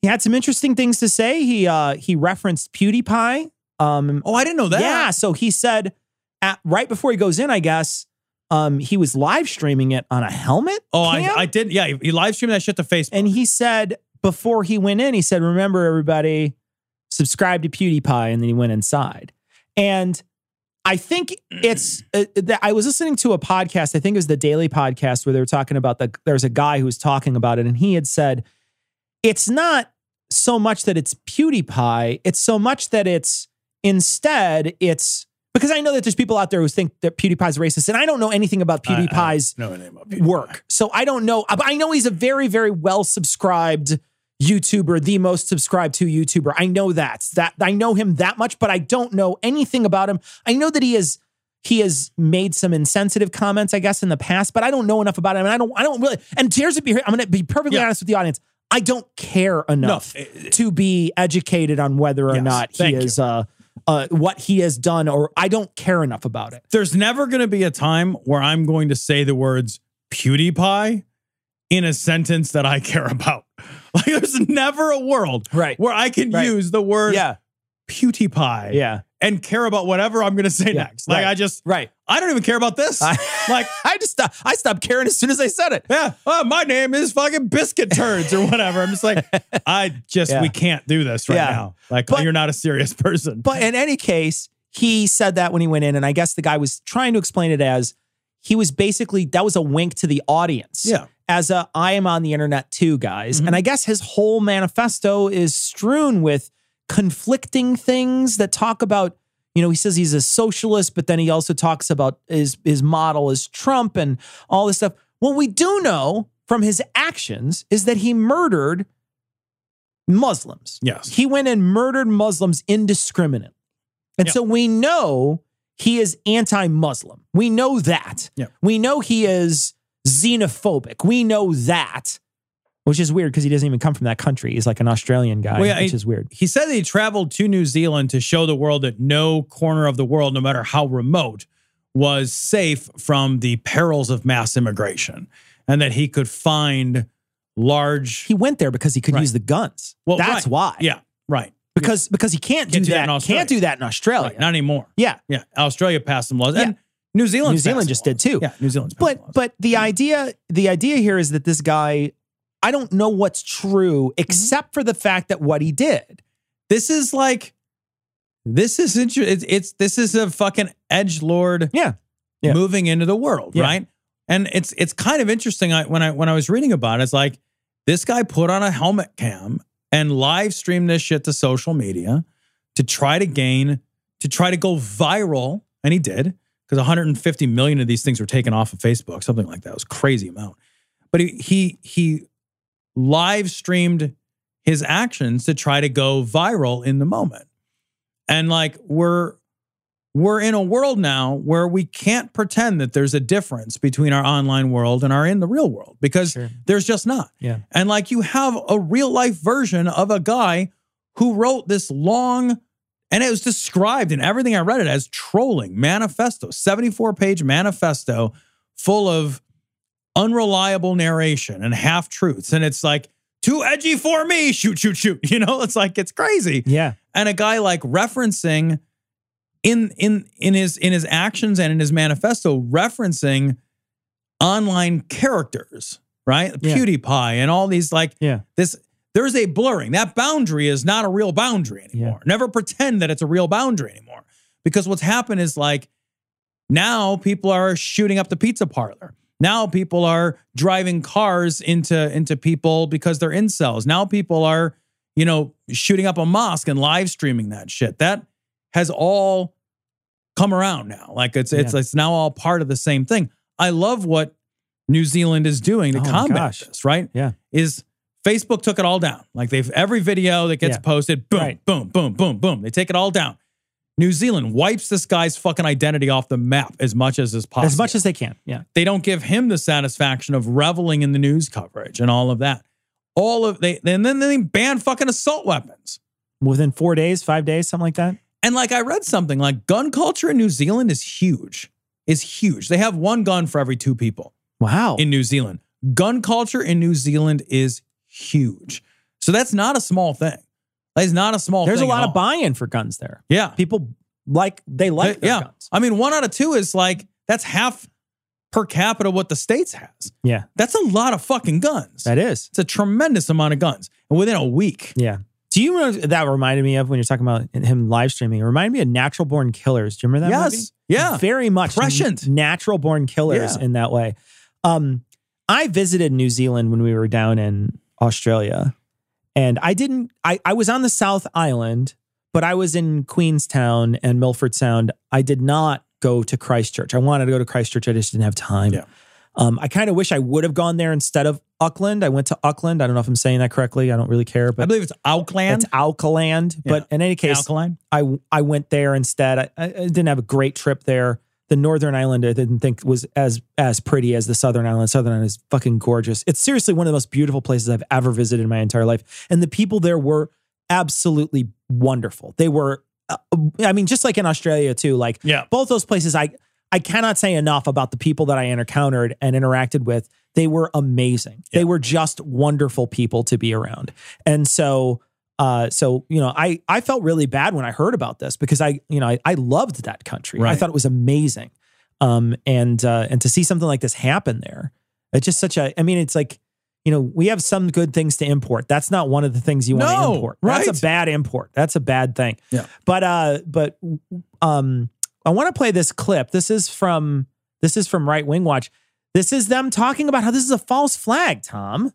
S6: He had some interesting things to say. He uh he referenced PewDiePie. Um,
S5: Oh, I didn't know that.
S6: yeah. So he said at, right before he goes in, I guess. Um, he was live streaming it on a helmet.
S5: Oh, I,
S6: cam?
S5: I did. Yeah, he live streamed that shit to Facebook.
S6: And he said before he went in, he said, "Remember, everybody, subscribe to PewDiePie." And then he went inside. And I think it's uh, that I was listening to a podcast. I think it was the Daily Podcast where they were talking about the. There's a guy who was talking about it, and he had said, "It's not so much that it's PewDiePie. It's so much that it's instead it's." Because I know that there's people out there who think that PewDiePie's racist, and I don't know anything about
S5: I- I-
S6: PewDiePie's
S5: no the name of it.
S6: work. So I don't know. I I know he's a very, very well subscribed YouTuber, the most subscribed to YouTuber. I know that. That I know him that much, but I don't know anything about him. I know that he is he has made some insensitive comments, I guess, in the past, but I don't know enough about him. And I don't I don't really and here's the I'm gonna be perfectly
S5: Yeah. eh,
S6: honest with the audience. I don't care enough to be educated on whether or
S5: Yes,
S6: not he
S5: thank you.
S6: is uh uh what he has done or I don't care enough about it.
S5: There's never going to be a time where I'm going to say the words PewDiePie in a sentence that I care about. Like, there's never a world
S6: Right.
S5: where I can
S6: Right.
S5: use the word
S6: Yeah.
S5: PewDiePie
S6: Yeah.
S5: and care about whatever I'm going to say
S6: Yeah,
S5: next. Like,
S6: right.
S5: I just,
S6: Right.
S5: I don't even care about this.
S6: I-
S5: like,
S6: I just stopped. I stopped caring as soon as I said it.
S5: yeah, oh, my name is fucking Biscuit Turds or whatever. I'm just like, I just,
S6: Yeah.
S5: we can't do this right
S6: Yeah.
S5: now. Like,
S6: But-
S5: you're not a serious person.
S6: But in any case, he said that when he went in, and I guess the guy was trying to explain it as he was basically that was a wink to the audience.
S5: Yeah.
S6: As a I am on the internet too, guys.
S5: Mm-hmm.
S6: And I guess his whole manifesto is strewn with conflicting things that talk about, you know, he says he's a socialist, but then he also talks about his his model is Trump and all this stuff. What we do know from his actions is that he murdered Muslims.
S5: Yes.
S6: He went and murdered Muslims indiscriminately. And
S5: Yeah.
S6: so we know he is anti Muslim. We know that.
S5: Yeah.
S6: We know he is xenophobic. We know that, which is weird because he doesn't even come from that country. He's like an Australian guy,
S5: Well, yeah,
S6: which
S5: I-
S6: is weird.
S5: He said that he traveled to New Zealand to show the world that no corner of the world, no matter how remote, was safe from the perils of mass immigration and that he could find large.
S6: He went there because he could
S5: Right.
S6: use the guns.
S5: Well, right.
S6: That's why.
S5: Yeah, right.
S6: Because because he can't,
S5: Can't
S6: do, that.
S5: in Australia.
S6: can't do that in Australia.
S5: Right, Not anymore.
S6: yeah.
S5: Yeah. Australia passed some laws. And
S6: Yeah.
S5: New Zealand
S6: New Zealand just did too.
S5: Yeah. New Zealand's passed some
S6: But
S5: laws.
S6: but the idea the idea here is that this guy I don't know what's true
S5: Mm-hmm.
S6: except for the fact that what he did.
S5: this is like, this is inter- it's, it's this is a fucking edge lord
S6: Yeah. Yeah.
S5: moving into the world,
S6: Yeah.
S5: right? And it's it's kind of interesting. I, when I when I was reading about it, it's like this guy put on a helmet cam and live streamed this shit to social media to try to gain to try to go viral, and he did because 150 million of these things were taken off of Facebook, something like that. It was a crazy amount. But he he he live streamed his actions to try to go viral in the moment. And like we're we're in a world now where we can't pretend that there's a difference between our online world and our in the real world because
S6: Sure.
S5: there's just not.
S6: Yeah.
S5: And like you have a real life version of a guy who wrote this long, and it was described in everything I read it as trolling manifesto, 74 page manifesto full of unreliable narration and half truths. And it's like, too edgy for me, shoot, shoot, shoot. You know, it's like, it's crazy
S6: Yeah.
S5: and a guy like referencing in in in his in his actions and in his manifesto referencing online characters right
S6: Yeah.
S5: pewdiepie and all these like
S6: Yeah.
S5: this there's a blurring that boundary is not a real boundary anymore never pretend that it's a real boundary anymore because what's happened is like now people are shooting up the pizza parlor now people are driving cars into into people because they're incels now people are you know shooting up a mosque and live streaming that shit that has all come around now like it's it's it's now all part of the same thing i love what new zealand is doing to
S6: Oh my
S5: combat
S6: gosh.
S5: this right
S6: Yeah.
S5: is Facebook took it all down. Like they've every video that gets
S6: Yeah.
S5: posted, boom,
S6: Right.
S5: boom, boom, boom, boom. They take it all down. New Zealand wipes this guy's fucking identity off the map as much as is possible.
S6: As much as they can. Yeah.
S5: they don't give him the satisfaction of reveling in the news coverage and all of that. All of they and then they ban fucking assault weapons.
S6: Within four days, five days, something like that.
S5: And like I read something like gun culture in New Zealand is huge. Is huge. They have one gun for every two people.
S6: Wow.
S5: in New Zealand. Gun culture in New Zealand is huge. So that's not a small thing. That's not a small
S6: There's a
S5: thing. at
S6: lot of
S5: all.
S6: buy-in for guns there.
S5: Yeah.
S6: People like they like
S5: Uh,
S6: their
S5: yeah.
S6: guns.
S5: I mean, one out of two is like, that's half per capita what the States has.
S6: Yeah.
S5: That's a lot of fucking guns.
S6: That is.
S5: it's a tremendous amount of guns. And within a week,
S6: Yeah. Do you know what that reminded me of when you're talking about him live streaming? It reminded me of Natural Born Killers. Do you remember that
S5: Yes.
S6: movie?
S5: Yeah.
S6: Very much
S5: Prescient.
S6: n- natural born killers
S5: Yeah.
S6: in that way. Um, I visited New Zealand when we were down in Australia. And I didn't I, I was on the South Island, but I was in Queenstown and Milford Sound. I did not go to Christchurch. I wanted to go to Christchurch. I just didn't have time.
S5: Yeah.
S6: Um, I kind of wish I would have gone there instead of Auckland. I went to Auckland. I don't know if I'm saying that correctly. I don't really care,
S5: I
S6: but
S5: believe it's Auckland.
S6: it's Alkaland. But in any case,
S5: Alkaline.
S6: I I went there instead. I, I I didn't have a great trip there. The Northern Island I didn't think was as as pretty as the Southern Island. Southern Island is fucking gorgeous. It's seriously one of the most beautiful places I've ever visited in my entire life. And the people there were absolutely wonderful. They were, uh, I mean, just like in Australia too. Like
S5: Yeah.
S6: both those places, I I cannot say enough about the people that I encountered and interacted with. They were amazing. They were just wonderful people to be around. And so uh, so you know, I I felt really bad when I heard about this because I you know I, I loved that country. I
S5: Right.
S6: thought it was amazing, um, and uh, and to see something like this happen there, it's just such a. I mean, it's like you know we have some good things to import. That's not one of the things you want
S5: No,
S6: to import.
S5: right.
S6: That's a bad import. That's a bad thing.
S5: Yeah.
S6: But uh, but um, I want to play this clip. This is from this is from Right Wing Watch. This is them talking about how this is a false flag, Tom.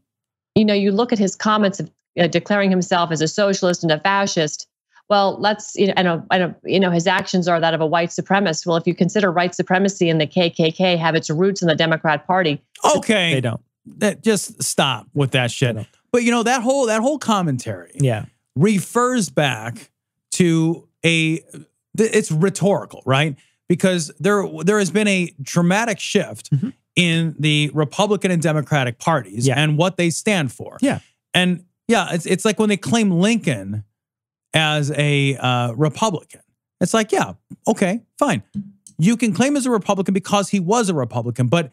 S9: you know, you look at his comments of uh, declaring himself as a socialist and a fascist. Well, let's you know, and a, and a, you know, his actions are that of a white supremacist. Well, if you consider white supremacy and the KKK have its roots in the Democrat Party,
S5: Okay.
S6: They don't.
S5: That, just stop with that shit.
S6: They don't.
S5: But you know, that whole that whole commentary.
S6: Yeah.
S5: refers back to a th- it's rhetorical, right? Because there there has been a dramatic shift
S6: Mhm.
S5: in the Republican and Democratic parties
S6: Yeah.
S5: and what they stand for.
S6: Yeah.
S5: And yeah, it's it's like when they claim Lincoln as a uh, Republican. It's like, yeah, okay, fine. You can claim as a Republican because he was a Republican, but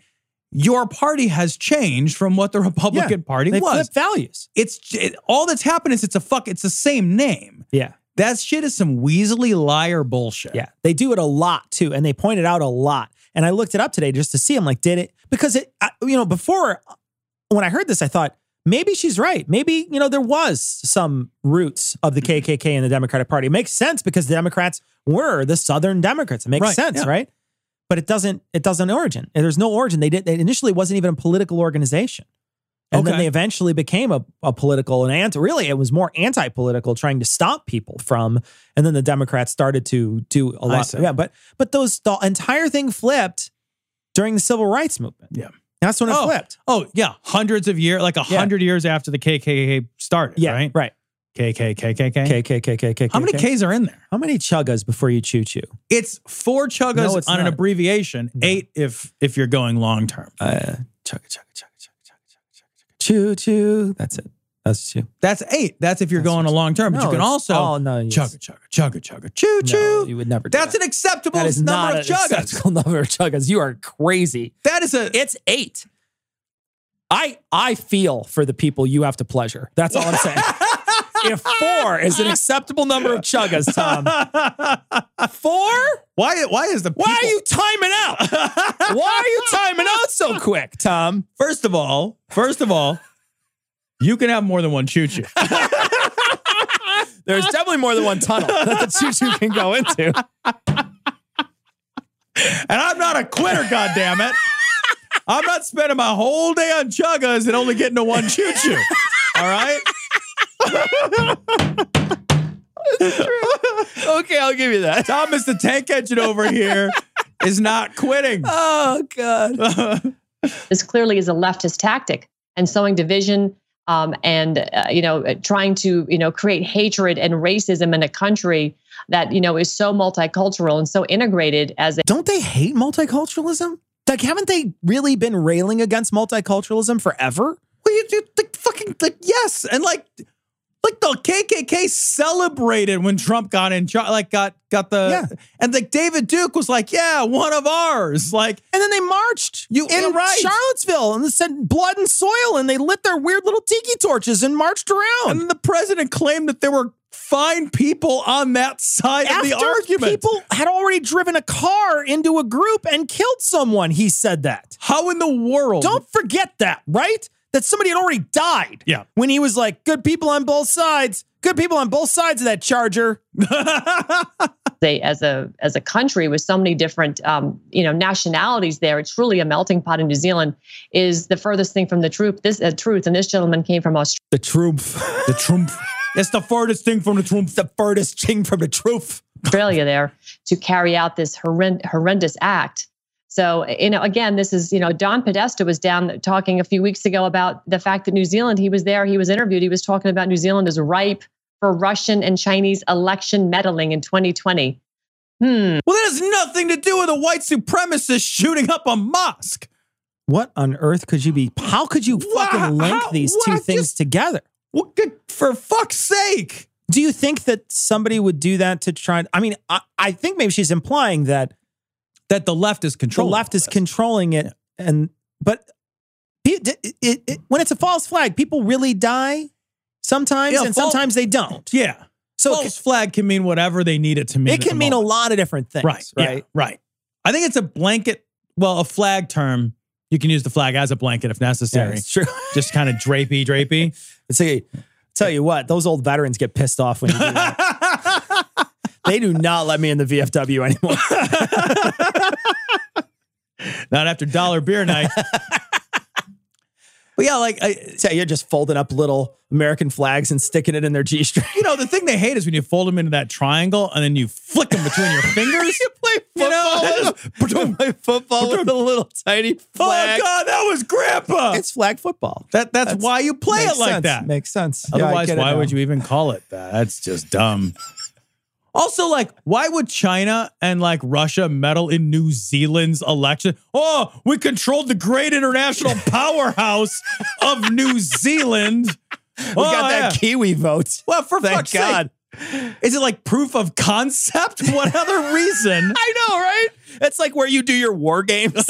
S5: your party has changed from what the Republican Party
S6: They
S5: was
S6: flip values.
S5: it's j- it, all that's happened is it's a fuck. It's the same name.
S6: Yeah.
S5: That shit is some weaselly liar bullshit.
S6: Yeah, they do it a lot too, and they point it out a lot. And I looked it up today just to see. I'm like, did it? Because it, I, you know, before when I heard this, I thought maybe she's right. Maybe you know there was some roots of the
S5: Mm-hmm.
S6: KKK and the Democratic Party. It makes sense because the Democrats were the Southern Democrats. It makes
S5: Right,
S6: sense,
S5: yeah.
S6: right? But it doesn't. It doesn't origin. And There's no origin. They did. They initially wasn't even a political organization. And then
S5: Okay.
S6: they eventually became a, a political and anti, really it was more anti-political trying to stop people from and then the Democrats started to do
S5: I
S6: a lot.
S5: see.
S6: Yeah, but but those the entire thing flipped during the civil rights movement.
S5: Yeah.
S6: That's when it
S5: Oh.
S6: flipped.
S5: Oh, yeah. Hundreds of years, like a
S6: Yeah.
S5: hundred years after the KKK started,
S6: Yeah,
S5: right?
S6: right.
S5: KKKKK.
S6: K K K K K.
S5: How many
S6: K?
S5: Ks are in there?
S6: How many chuggas before you choo choo?
S5: It's four chuggas
S6: No, it's
S5: on an
S6: not.
S5: abbreviation,
S6: No.
S5: eight if if you're going long term.
S6: Uh, chugga chugga chugga chugga chugga chugga chugga. Choo choo. That's it. That's two.
S5: That's eight. That's if you're
S6: That's
S5: going a long term. But you can also
S6: Oh no, yes.
S5: chugga chugga chugga chugga choo
S6: No,
S5: choo.
S6: you would never. Do
S5: That's
S6: that.
S5: an acceptable
S6: That is
S5: number of
S6: not an
S5: chuggas.
S6: acceptable number of chuggas. You are crazy.
S5: That is a
S6: It's eight. I I feel for the people you have to pleasure. That's all I'm saying. if four is an acceptable number of chuggas, Tom, four?
S5: why why is the
S6: Why are
S5: people-
S6: you timing out? Why are you timing out so quick, Tom?
S5: First of all, first of all, you can have more than one choo choo.
S6: There's definitely more than one tunnel that the choo choo can go into.
S5: And I'm not a quitter, goddammit. I'm not spending my whole day on chuggas and only getting to one choo choo. All right?
S6: Okay, I'll give you that.
S5: Thomas the Tank Engine over here is not quitting.
S6: Oh God.
S9: This clearly is a leftist tactic and sowing division um, and uh, you know uh, trying to you know create hatred and racism in a country that you know is so multicultural and so integrated as a
S6: Don't they hate multiculturalism? Like, haven't they really been railing against multiculturalism forever?
S5: Well, you do like fucking like yes, and like like the KKK celebrated when Trump got in, char- like got got the
S6: Yeah.
S5: and like David Duke was like, yeah, one of ours. Like
S6: And then they marched
S5: You-
S6: in
S5: you're right.
S6: Charlottesville and they said blood and soil and they lit their weird little tiki torches and marched
S5: and
S6: around.
S5: then the president claimed that there were fine people on that side
S6: After
S5: of the argument.
S6: people had already driven a car into a group and killed someone, he said that.
S5: How in the world?
S6: Don't forget that, right? That somebody had already died.
S5: Yeah.
S6: When he was like, good people on both sides, good people on both sides of that charger.
S9: they as a as a country with so many different um, you know nationalities there it's really a melting pot in new zealand is the furthest thing from the truth this uh, truth and this gentleman came from australia
S6: The truth.
S5: the Trump. It's the furthest thing from the Trump.
S6: the furthest thing from the truth.
S9: Australia there to carry out this horrend- horrendous act. So, you know, again, this is, you know, Don Podesta was down talking a few weeks ago about the fact that New Zealand, he was there, he was interviewed, he was talking about New Zealand is ripe for Russian and Chinese election meddling in 2020. Hmm.
S5: Well, that has nothing to do with a white supremacist shooting up a mosque.
S6: What on earth could you be? How could you
S5: Wha-
S6: fucking link
S5: how-
S6: these
S5: what?
S6: two
S5: I
S6: things
S5: just-
S6: together?
S5: Well, good for fuck's sake.
S6: Do you think that somebody would do that to try? I mean, I, I think maybe she's implying that
S5: That the left is
S6: the
S5: controlling.
S6: left is
S5: all this.
S6: controlling it, and but pe- d- it, it, when it's a false flag, people really die sometimes,
S5: Yeah,
S6: and
S5: fal-
S6: sometimes they don't.
S5: Yeah.
S6: So it
S5: false flag can mean whatever they need it to
S6: can,
S5: mean.
S6: it can mean a lot of different things,
S5: right,
S6: right?
S5: yeah, right. I think it's a blanket. Well, a flag term. You can use the flag as a blanket if
S6: Yeah,
S5: necessary.
S6: it's true.
S5: Just kind of drapey, drapey.
S6: See, tell you what, those old veterans get pissed off when you do that. they do not let me in the VFW anymore.
S5: Not after dollar beer night. but yeah, like I,
S6: So you're just folding up little American flags and sticking it in their G string.
S5: you know, the thing they hate is when you fold them into that triangle and then you flick them between your fingers. you play
S6: play football with a little tiny
S5: oh
S6: flag.
S5: God, that was Grandpa.
S6: It's flag football.
S5: that that's,
S6: that's-
S5: why you play it
S6: Makes
S5: like
S6: sense.
S5: that.
S6: Makes sense. Yeah, I
S5: Otherwise,
S6: get it
S5: why
S6: now.
S5: would you even call it that? That's just dumb. Also, like, why would China and like Russia meddle in New Zealand's election? Oh, we controlled the great international powerhouse of New Zealand. Oh,
S6: We got that Kiwi vote.
S5: Well, for
S6: Thank
S5: fuck's
S6: God.
S5: sake. Is it like proof of concept? What other reason?
S6: I know, right? It's like where you do your war games.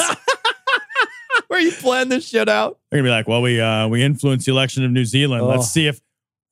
S6: where you plan this shit out.
S5: They're gonna be like, well, we uh, we influenced the election of New Zealand.
S6: Oh.
S5: Let's see if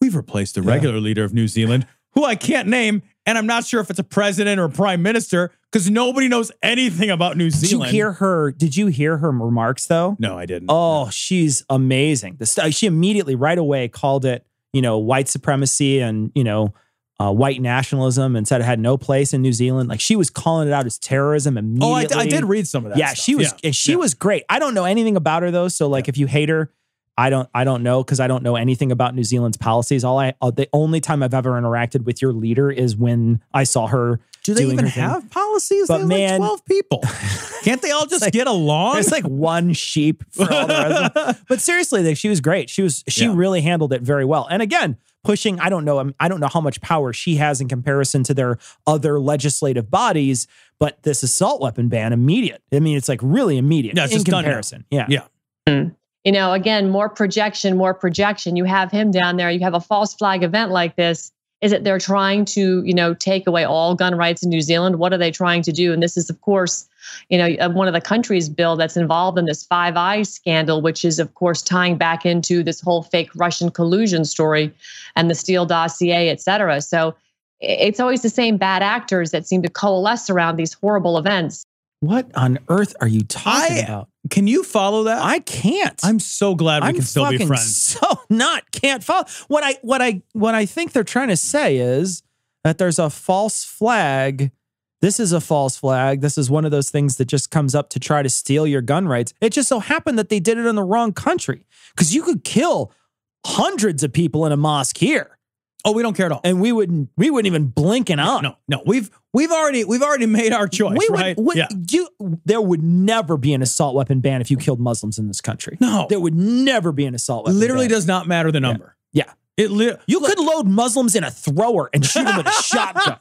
S5: we've replaced the regular leader of New Zealand, who I can't name, and I'm not sure if it's a president or a prime minister because nobody knows anything about New
S6: Did you
S5: Zealand.
S6: hear her? Did you hear her remarks though?
S5: No, I didn't.
S6: Oh, she's amazing. The st- she immediately right away called it, you know, white supremacy and you know, uh, white nationalism, and said it had no place in New Zealand. Like she was calling it out as terrorism immediately.
S5: oh, I, I did read some of that.
S6: yeah,
S5: stuff.
S6: she was. And she
S5: yeah.
S6: was great. I don't know anything about her though, so like if you hate her. I don't. I don't know because I don't know anything about New Zealand's policies. All I, uh, the only time I've ever interacted with your leader is when I saw her Do
S10: they even have policies?
S6: But
S10: They have, like,
S6: man,
S10: 12 people.
S5: Can't they all just
S6: like-
S5: get along?
S6: It's like one sheep for all the rest of them. But seriously, like, she was great. She was she
S5: Yeah.
S6: really handled it very well. And again, pushing. I don't know. I'm- I don't know how much power she has in comparison to their other legislative bodies. But this assault weapon ban, immediate. I mean, it's like really immediate
S5: Yeah, it's
S6: in
S5: just done now.
S6: comparison. Yeah.
S5: Yeah.
S9: you know, again, more projection, more projection. You have him down there, you have a false flag event like this. Is that they're trying to, you know, take away all gun rights in New Zealand? What are they trying to do? And this is, of course, you know, uh, one of the countries bill that's involved in this Five Eyes scandal, which is, of course, tying back into this whole fake Russian collusion story and the Steele dossier, et cetera. So i- it's always the same bad actors that seem to coalesce around these horrible events.
S6: What on earth are you talking
S10: I-
S6: about?
S5: Can you follow that?
S6: I can't.
S5: I'm so glad we
S6: I'm
S5: can still be
S6: fucking
S5: friends.
S6: So not can't follow. What I what I what I think they're trying to say is that there's a false flag. This is a false flag. This is one of those things that just comes up to try to steal your gun rights. It just so happened that they did it in the wrong country because you could kill hundreds of people in a mosque here,
S5: Oh, we don't care at all.
S6: and we wouldn't we wouldn't even blink an eye.
S5: no, no, we've we've already we've already made our choice,
S6: we
S5: right?
S6: would. would-
S5: yeah.
S6: you, there would never be an assault weapon ban if you killed Muslims in this country.
S5: No.
S6: there would never be an assault weapon.
S5: Literally
S6: ban.
S5: does not matter the number.
S6: Yeah.
S5: It li-
S6: You could load Muslims in a thrower and shoot them with a shotgun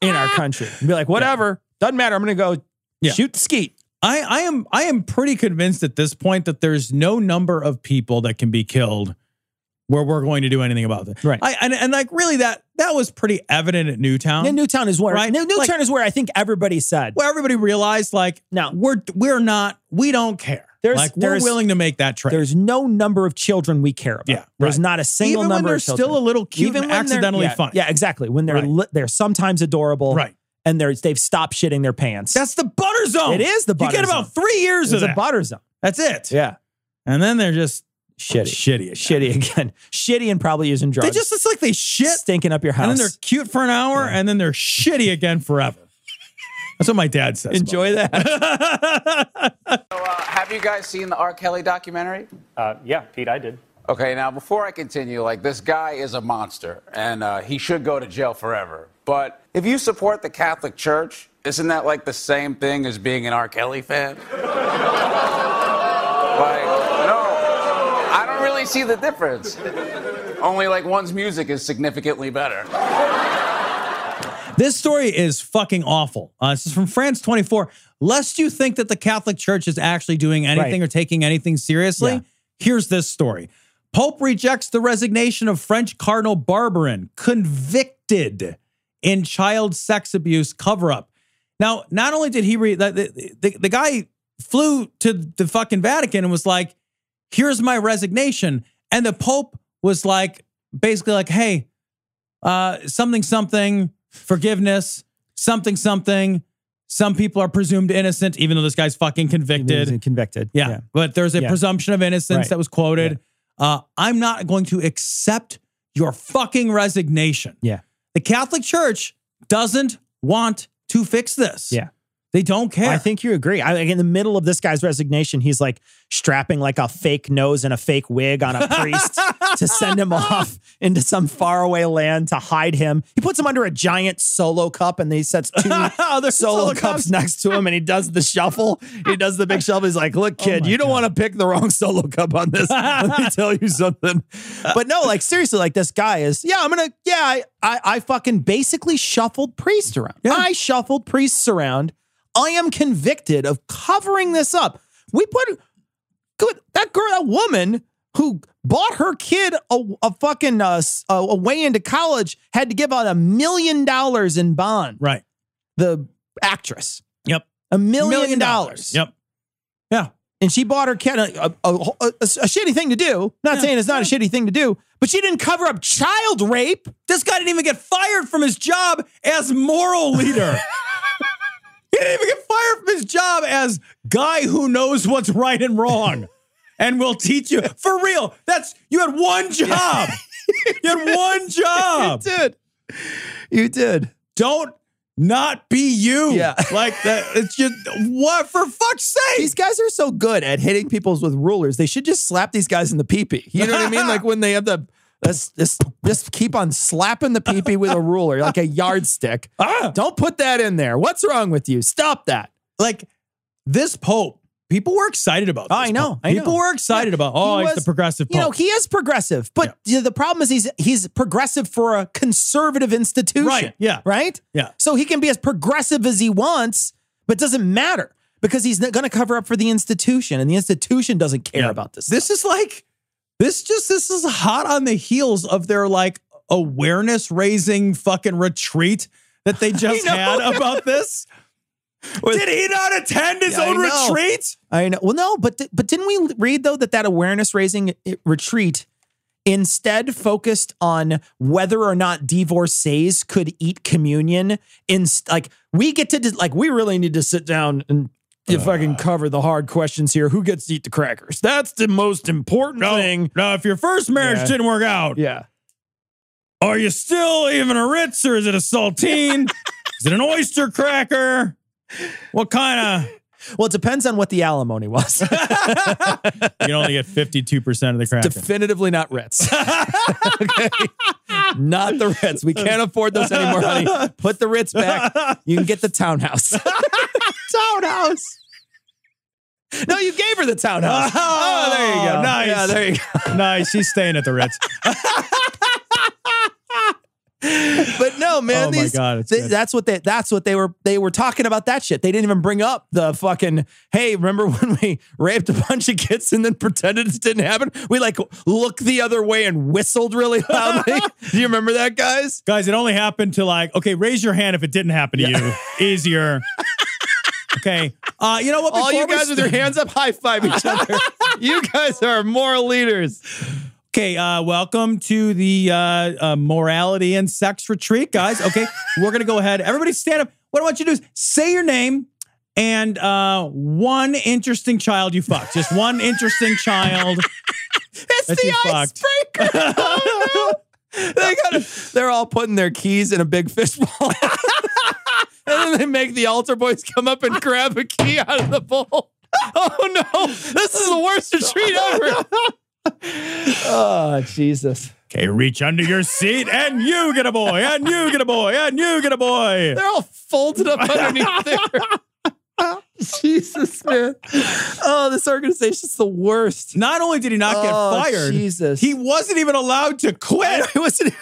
S6: in our country. And be like, whatever, doesn't matter. I'm going to go
S5: Yeah.
S6: shoot the skeet.
S5: I I am I am pretty convinced at this point that there's no number of people that can be killed where we're going to do anything about it.
S6: Right.
S5: I, and and like really that that was pretty evident at Newtown.
S6: And Newtown is where
S5: Um, Right.
S6: New- Newtown
S5: Like-
S6: is where I think everybody said.
S5: where everybody realized like
S6: No.
S5: we're we're not we don't care.
S6: There's-
S5: like
S6: there's-
S5: we're willing to make that trade.
S6: there's no number of children we care about.
S5: Yeah,
S6: There's
S5: right.
S6: not a single
S5: Even when
S6: number
S5: they're
S6: of children.
S5: still a little cute and
S6: when they're-
S5: accidentally
S6: yeah,
S5: funny.
S6: Yeah, exactly. When they're
S5: Right.
S6: li- they're sometimes adorable.
S5: Right.
S6: And they're they've stopped shitting their pants.
S5: That's the butter zone.
S6: It is the butter
S5: You get about three years of
S6: it's a
S5: that.
S6: butter zone.
S5: That's it.
S6: Yeah.
S5: And then they're just
S6: Shitty.
S5: shitty, as shit.
S6: Shitty again. Shitty and probably using drugs.
S5: They just it's like they shit,
S6: stinking up your house.
S5: and then they're cute for an hour,
S6: Yeah.
S5: and then they're shitty again forever. That's what my dad says.
S6: Enjoy
S5: about it.
S11: Have you guys seen the R. Kelly documentary?
S12: Uh, yeah, Pete, I did.
S11: Okay, now before I continue, like this guy is a monster and uh, he should go to jail forever. But if you support the Catholic Church, isn't that like the same thing as being an R. Kelly fan? like, no, I don't really see the difference. Only like one's music is significantly better.
S5: This story is fucking awful. Uh, this is from France 24. Lest you think that the Catholic Church is actually doing anything
S6: Right.
S5: or taking anything seriously,
S6: Yeah.
S5: here's this story Pope rejects the resignation of French Cardinal Barbarin, convicted in child sex abuse cover up. Now, not only did he read, the, the, the guy flew to the fucking Vatican and was like, here's my resignation. And the Pope was like, basically like, hey, uh, something, something, forgiveness, something, something. Some people are presumed innocent, even though this guy's fucking convicted.
S6: convicted.
S5: Yeah. But there's a
S6: Yeah.
S5: presumption of innocence
S6: Right.
S5: that was quoted. Uh, I'm not going to accept your fucking resignation.
S6: Yeah.
S5: The Catholic Church doesn't want to fix this.
S6: Yeah.
S5: They don't care.
S6: I think you agree. I, like, in the middle of this guy's resignation, he's like strapping like a fake nose and a fake wig on a priest to send him off into some faraway land to hide him. He puts him under a giant solo cup and then he sets two solo, cups, next to him and he does the shuffle. He does the big shuffle. He's like, look, kid, you don't want to pick the wrong solo cup on this. Let me tell you something. But no, like seriously, like this guy is, yeah, I'm gonna, yeah, I I, I fucking basically shuffled priests around. I shuffled priests around. I am convicted of covering this up. We put good that girl, that woman who bought her kid a, a fucking uh, s- a, a way into college had to give out a million dollars in bond.
S5: right.
S6: The actress,
S5: Yep.
S6: a million, dollars.
S5: Yep.
S6: And she bought her kid uh, a, a, a- a- a shitty thing to do. Not
S5: Yeah.
S6: saying it's not a shitty thing to do, but she didn't cover up child rape.
S5: This guy didn't even get fired from his job as moral leader. he didn't even get fired from his job as guy who knows what's right and wrong and will teach you for real. That's you had one job. you had one job.
S6: did. You did.
S5: Don't not be you.
S6: Yeah.
S5: Like that. It's just what for fuck's sake.
S6: These guys are so good at hitting people with rulers. They should just slap these guys in the pee pee. You know what I mean? Like when they have the Let's just just keep on slapping the peepee with a ruler like a yardstick.
S5: Ah!
S6: Don't put that in there. What's wrong with you? Stop that.
S5: like this pope. People were excited about. This
S6: I know,
S5: Pope.
S6: I know.
S5: people were excited about. Oh,
S6: He
S5: he's
S6: was-
S5: the progressive pope.
S6: You know, he is progressive, but you know, the problem is he's he's progressive for a conservative institution.
S5: Right, yeah.
S6: Right?
S5: Yeah.
S6: So he can be as progressive as he wants, but doesn't matter because he's not going to cover up for the institution and the institution doesn't care
S5: Yeah.
S6: about this.
S5: This is like this. Just this is hot on the heels of their like awareness raising fucking retreat that they just
S6: know.
S5: had about this. Did he not attend his
S6: Yeah, I
S5: own
S6: know.
S5: retreat?
S6: I know. Well, no, but th- but didn't we read though that that awareness raising eh, retreat instead focused on whether or not divorcees could eat communion? In like we get to dis- like we really need to sit down and. If I
S5: Uh.
S6: can cover the hard questions here, who gets to eat the crackers? That's the most important thing.
S5: no. If your first marriage
S6: Yeah.
S5: didn't work out,
S6: Yeah.
S5: are you still even a Ritz or is it a saltine? is it an oyster cracker? What kind
S6: Well, it depends on what the alimony was.
S5: of? You only get fifty two percent of the cracker.
S6: Definitively not Reds. okay. Not the Reds. We can't afford those anymore, honey. Put the Ritz back. You can get the townhouse. townhouse. No, you gave her the townhouse.
S5: Oh, there you go. Nice.
S6: Yeah, there you go.
S5: nice. She's staying at the Ritz.
S6: But no, man,
S5: Oh my
S6: these,
S5: God, it's
S6: th-
S5: good.
S6: that's what they that's what they were they were talking about that shit. They didn't even bring up the fucking hey, remember when we raped a bunch of kids and then pretended it didn't happen? We like looked the other way and whistled really loudly. Do you remember that, guys?
S5: Guys, it only happened to like, okay, raise your hand if it didn't happen to you. Easier. Okay. Uh, you know what?
S6: All you
S5: Before we
S6: guys with your
S5: st-
S6: hands up, high five each other. you guys are moral leaders.
S5: Okay. Uh, welcome to the uh, uh, morality and sex retreat, guys. Okay. We're going to go ahead. Everybody stand up. What I want you to do is say your name and uh, one interesting child you fucked. Just one interesting child.
S6: It's
S5: That
S6: the
S5: you fucked.
S6: icebreaker. Oh, no. they got they're all putting their keys in a big fishbowl. and then they make the altar boys come up and grab a key out of the bowl. Oh no, this is the worst retreat ever. oh, Jesus.
S5: Okay. Reach under your seat and you get a boy and you get a boy and you get a boy.
S6: They're all folded up underneath there. Jesus, man. Oh, this organization's the worst.
S5: Not only did he not get
S6: Oh,
S5: fired,
S6: Jesus.
S5: he wasn't even allowed to quit.
S6: I wasn't.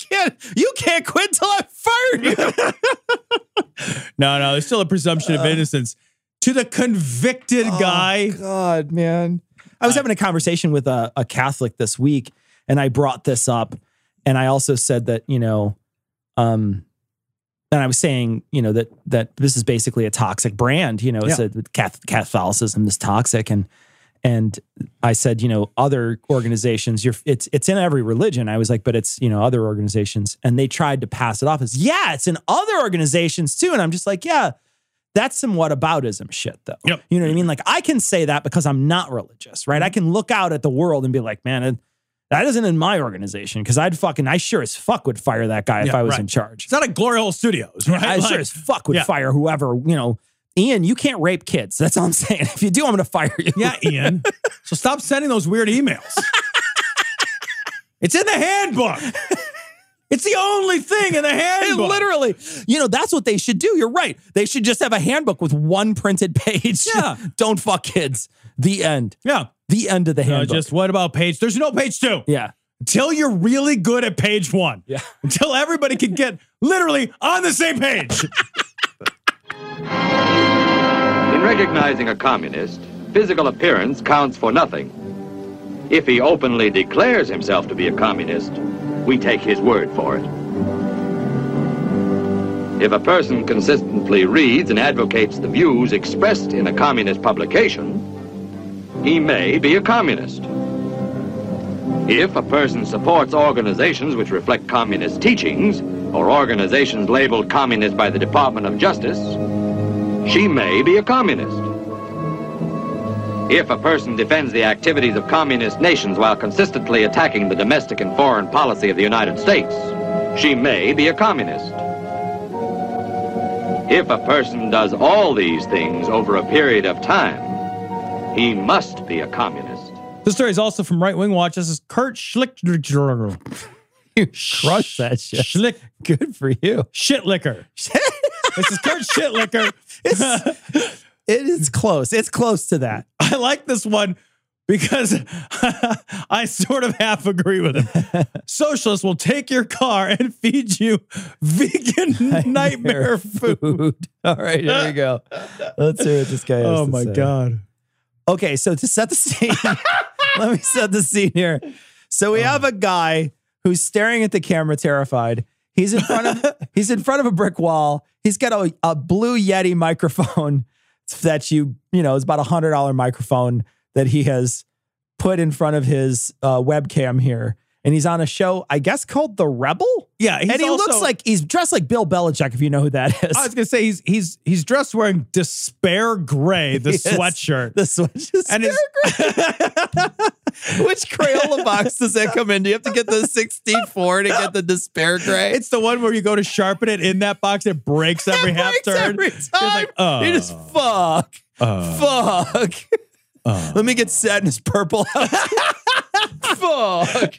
S6: Can't, you can't quit till I fired you.
S5: No, no, there's still a presumption of innocence to the convicted guy.
S6: Uh, oh, God, man. I was having a conversation with a, a Catholic this week, and I brought this up, and I also said that you know, um, and I was saying you know that that this is basically a toxic brand. You know, it's
S5: Yeah.
S6: a Cath- Catholicism is toxic, and and I said, you know, other organizations, you're it's it's in every religion. I was like, but it's you know other organizations, and they tried to pass it off as yeah, it's in other organizations too, and I'm just like, yeah, that's some whataboutism shit though.
S5: Yep. Mm-hmm.
S6: You know what I mean? Like I can say that because I'm not religious, right? I can look out at the world and be like, man, it- that isn't in my organization because I'd fucking I sure as fuck would fire that guy if
S5: Yeah,
S6: I was
S5: right.
S6: in charge.
S5: It's not a glory hole studios, right?
S6: I sure
S5: Like,
S6: as fuck would
S5: yeah.
S6: fire whoever, you know. Ian, you can't rape kids. That's all I'm saying. If you do, I'm gonna fire you.
S5: yeah, Ian. So stop sending those weird emails. it's in the handbook. It's the only thing in the
S6: It
S5: handbook.
S6: literally, you know, that's what they should do. You're right. They should just have a handbook with one printed page.
S5: Yeah.
S6: Don't fuck kids. The end.
S5: Yeah.
S6: The end of the
S5: Uh,
S6: handbook.
S5: just what about page? There's no page two.
S6: yeah.
S5: Until you're really good at page one.
S6: Yeah.
S5: Until everybody can get literally on the same page.
S13: In recognizing a communist, physical appearance counts for nothing. If he openly declares himself to be a communist, we take his word for it. If a person consistently reads and advocates the views expressed in a communist publication, he may be a communist. If a person supports organizations which reflect communist teachings, or organizations labeled communist by the Department of Justice, she may be a communist. If a person defends the activities of communist nations while consistently attacking the domestic and foreign policy of the United States, she may be a communist. If a person does all these things over a period of time, he must be a communist.
S6: So
S5: This story is also from Right Wing Watch. This is Kurt Schlick.
S6: You crushed that shit.
S5: Schlick.
S6: Good for you.
S5: Shitlicker. this is Kurt Shitlicker.
S6: It's- It is close. It's close to that.
S5: I like this one because I sort of half agree with him. Socialists will take your car and feed you vegan nightmare food.
S6: All right, here we go. Let's hear what this guy has
S5: Oh
S6: to
S5: my
S6: say.
S5: God.
S6: Okay, so to set the scene, let me set the scene here. So
S5: Oh.
S6: we have a guy who's staring at the camera, terrified. He's in front of he's in front of a brick wall. He's got a, a blue Yeti microphone that you you know is about a hundred dollar microphone that he has put in front of his uh, webcam here, and he's on a show I guess called The Rebel.
S5: Yeah. he's
S6: and he
S5: also-
S6: looks like he's dressed like Bill Belichick, if you know who that is.
S5: I was gonna say he's he's he's dressed wearing despair gray, the
S6: Yes.
S5: sweatshirt.
S6: The switch is
S5: And
S6: and Which Crayola box does that come in? Do you have to get the 64 to get the despair gray?
S5: It's the one where you go to sharpen it in that box, it breaks every
S6: It
S5: half
S6: breaks
S5: turn. Uh.
S6: Every
S5: It's
S6: time.
S5: like, oh, Oh.
S6: you just fuck, fuck. Let me get sadness purple. fuck.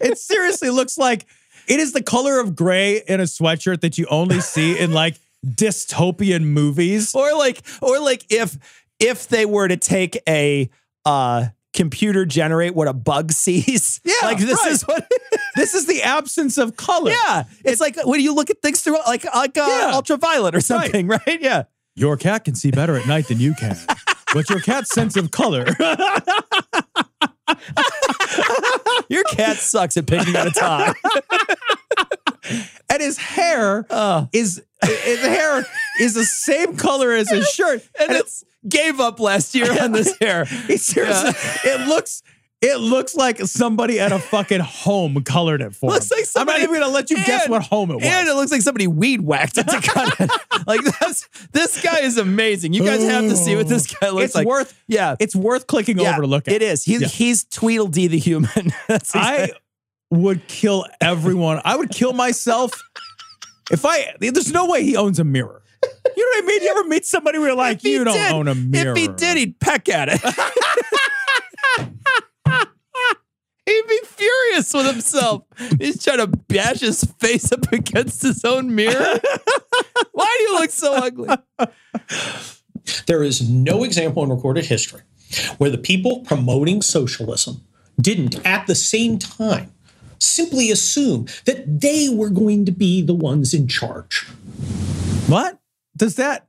S5: it seriously looks like it is the color of gray in a sweatshirt that you only see in like dystopian movies.
S6: Or like, or like if if they were to take a uh computer generate what a bug sees.
S5: Yeah,
S6: like this
S5: right.
S6: is what
S5: This is the absence of color.
S6: Yeah, it's like when you look at things through like like uh,
S5: Yeah.
S6: ultraviolet or something, right? Yeah,
S5: Your cat can see better at night than you can. But your cat's sense of color.
S6: your cat sucks at picking out a tie.
S5: and his hair
S6: Oh.
S5: is his hair is the same color as his shirt.
S6: and it's gave up last year on this hair.
S5: It seriously, it looks it looks like somebody at a fucking home colored it for
S6: Looks
S5: him.
S6: like somebody,
S5: I'm not even gonna let you guess
S6: and-
S5: what home it was.
S6: And it looks like somebody weed whacked it to cut it. like that's this guy is amazing. You guys have to see what this guy looks
S5: it's
S6: like.
S5: worth
S6: yeah,
S5: it's worth clicking
S6: yeah,
S5: over to look at.
S6: It is. He,
S5: Yeah.
S6: He's Tweedledee the human. that's
S5: I would kill everyone. I would kill myself if I. There's no way he owns a mirror. You know what I mean? You ever meet somebody where you're like,
S6: If he
S5: you don't
S6: did-
S5: own a mirror?
S6: If he did, he'd peck at it. he'd be furious with himself. He's trying to bash his face up against his own mirror. Why do you look so ugly?
S14: There is no example in recorded history where the people promoting socialism didn't, at the same time, simply assume that they were going to be the ones in charge.
S5: What does that?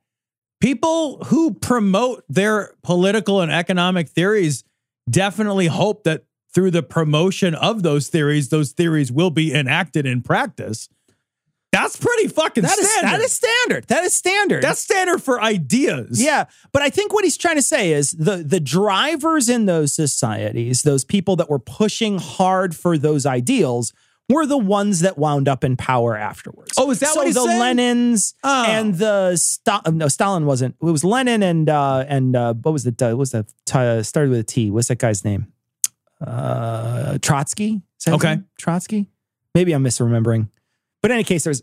S5: People who promote their political and economic theories definitely hope that through the promotion of those theories, those theories will be enacted in practice. That's pretty fucking
S6: That is
S5: standard.
S6: that is standard. That is standard.
S5: That's standard for ideas.
S6: yeah, but I think what he's trying to say is the the drivers in those societies, those people that were pushing hard for those ideals, were the ones that wound up in power afterwards.
S5: Oh, is that
S6: so
S5: what he's
S6: the
S5: saying?
S6: Lenins
S5: Oh.
S6: and the Sta- uh, no Stalin wasn't. It was Lenin and uh, and uh, what was the what was that t- uh, started with a T? What's that guy's name? Uh, Trotsky. Is that his
S5: Okay.
S6: name? Trotsky. Maybe I'm misremembering. But in any case, there's a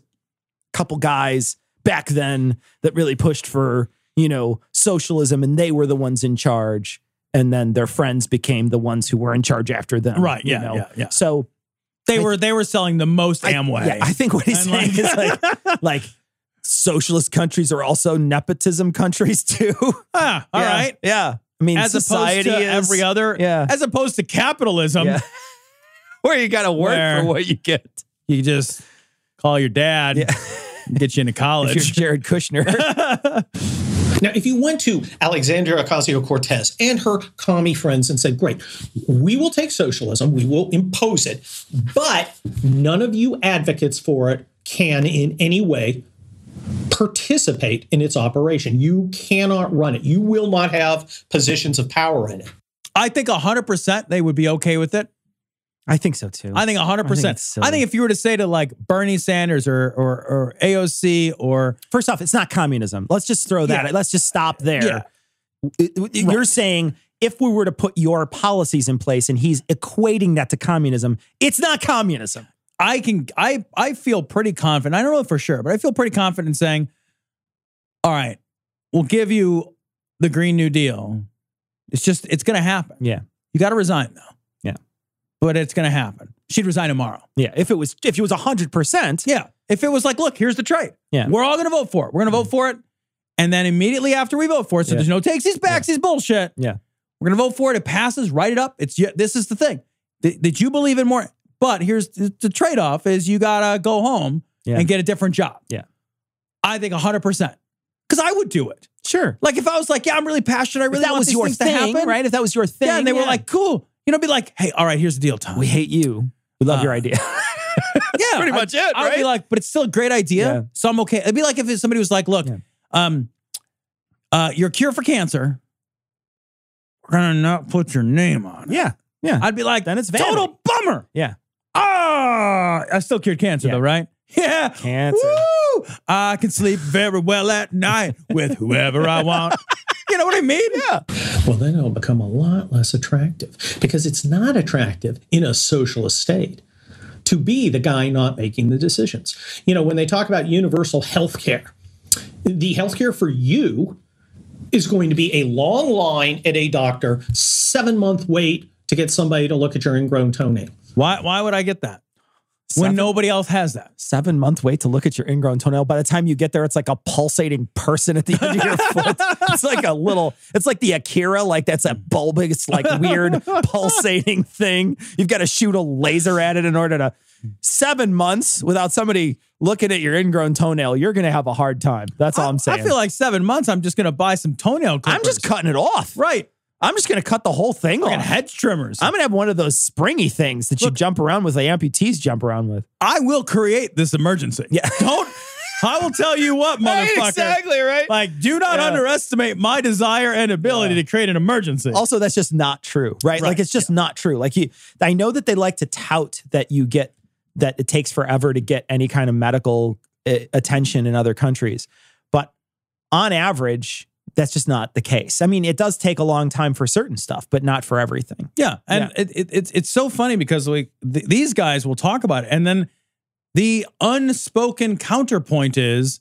S6: couple guys back then that really pushed for you know socialism, and they were the ones in charge. And then their friends became the ones who were in charge after them.
S5: Right,
S6: you
S5: yeah,
S6: know?
S5: yeah, yeah.
S6: So
S5: They
S6: I-
S5: were they were selling the most
S6: I-
S5: Amway.
S6: yeah, I think what he's
S5: And, like-
S6: saying is like, like socialist countries are also nepotism countries too.
S5: ah, all
S6: Yeah,
S5: right.
S6: Yeah. I mean,
S5: As opposed
S6: society
S5: to
S6: is,
S5: every other,
S6: Yeah.
S5: as opposed to capitalism,
S6: Yeah. where you got to work
S5: Where-
S6: for what you get.
S5: you just call your dad,
S6: Yeah.
S5: get you into
S6: If you're
S5: college.
S6: Jared Kushner.
S14: Now, if you went to Alexandria Ocasio Cortez and her commie friends and said, Great, we will take socialism, we will impose it, but none of you advocates for it can in any way participate in its operation. You cannot run it, you will not have positions of power in it.
S5: I think 100% they would be okay with it.
S6: I think so too.
S5: I think 100%. I
S6: I think
S5: think,
S6: it's silly.
S5: if you were to say to like Bernie Sanders or or, or AOC or
S6: First off, it's not communism. Let's just throw that.
S5: Yeah.
S6: Let's just stop there.
S5: Yeah.
S6: It- it- You're saying if we were to put your policies in place and he's equating that to communism, it's not communism.
S5: I can I I feel pretty confident. I don't know for sure, but I feel pretty confident in saying, all right, we'll give you the Green New Deal. It's just it's gonna happen.
S6: Yeah.
S5: You gotta resign though.
S6: Yeah.
S5: but it's going to happen. She'd resign tomorrow.
S6: Yeah. If it was, if it was 100%.
S5: Yeah. If it was like, look, here's the trade.
S6: Yeah. Mm.
S5: We're all going to vote for it. We're going to vote for it. And then immediately after we vote for it, so
S6: Yeah.
S5: there's no takesies, backsies, bullshit.
S6: Yeah.
S5: We're going to vote for it. It passes, write it up. It's yeah, This is the thing. Did, did you believe in more? But here's the, the trade off is you got to go home
S6: Yeah.
S5: and get a different job.
S6: Yeah.
S5: I think 100%. Because I would do it.
S6: Sure.
S5: Like if I was like, yeah, I'm really passionate. I
S6: If
S5: really
S6: that
S5: want
S6: was
S5: these
S6: your
S5: things to
S6: thing,
S5: happen.
S6: right? If that was your thing.
S5: Yeah, and they were like, cool. You know, be like, hey, all right, here's the deal, Tom.
S6: we hate you. We love
S5: Uh,
S6: your idea.
S5: yeah,
S6: pretty much it,
S5: I'd be
S6: right?
S5: like, but it's still a great idea,
S6: Yeah.
S5: so I'm okay. It'd be like if somebody was like, look,
S6: Yeah.
S5: um, uh, your cure for cancer, we're gonna not put your name on. it.
S6: yeah. Yeah.
S5: I'd be like,
S6: Then it's vanity.
S5: total bummer.
S6: Yeah.
S5: Ah, I still cured cancer
S6: Yeah.
S5: though, right? Yeah.
S6: Cancer.
S5: Woo! I can sleep very well at night with whoever I want. You know what I mean? Yeah.
S14: Well, then it'll become a lot less attractive because it's not attractive in a socialist state to be the guy not making the decisions. You know, when they talk about universal health care, the health care for you is going to be a long line at a doctor, seven month wait to get somebody to look at your ingrown toenail.
S5: Why? Why would I get that when
S6: Seven-
S5: nobody else has that?
S6: Seven month wait to look at your ingrown toenail. By the time you get there, it's like a pulsating person at the end of your foot. It's like a little, it's like the Akira, like that's a bulbous, like weird pulsating thing. You've got to shoot a laser at it in order to seven months without somebody looking at your ingrown toenail. You're going to have a hard time. That's all I'm
S5: I-
S6: saying.
S5: I feel like seven months. I'm just gonna buy some toenail clippers.
S6: I'm just cutting it off.
S5: right.
S6: I'm just going to cut the whole thing
S5: Fucking
S6: off.
S5: hedge trimmers.
S6: I'm gonna have one of those springy things that you jump around with, the amputees jump around with.
S5: I will create this emergency.
S6: Yeah.
S5: Don't. I will tell you what, motherfucker.
S6: right.
S5: Like, do not
S6: Yeah.
S5: underestimate my desire and ability to create an emergency.
S6: also, that's just not true, right? Like,
S5: Right,
S6: it's just not true. Like, you, I know that they like to tout that you get that it takes forever to get any kind of medical uh, attention in other countries, but on average, that's just not the case. I mean, it does take a long time for certain stuff, but not for everything.
S5: yeah, and It, it, it's it's so funny because like th- these guys will talk about it, and then the unspoken counterpoint is,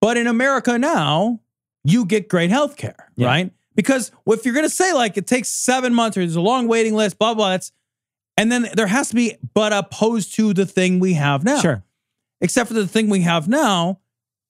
S5: but in America now you get great health care,
S6: Yeah.
S5: right? Because if you're gonna say like it takes seven months or there's a long waiting list, blah blah, that's and then there has to be but opposed to the thing we have now.
S6: Sure.
S5: except for the thing we have now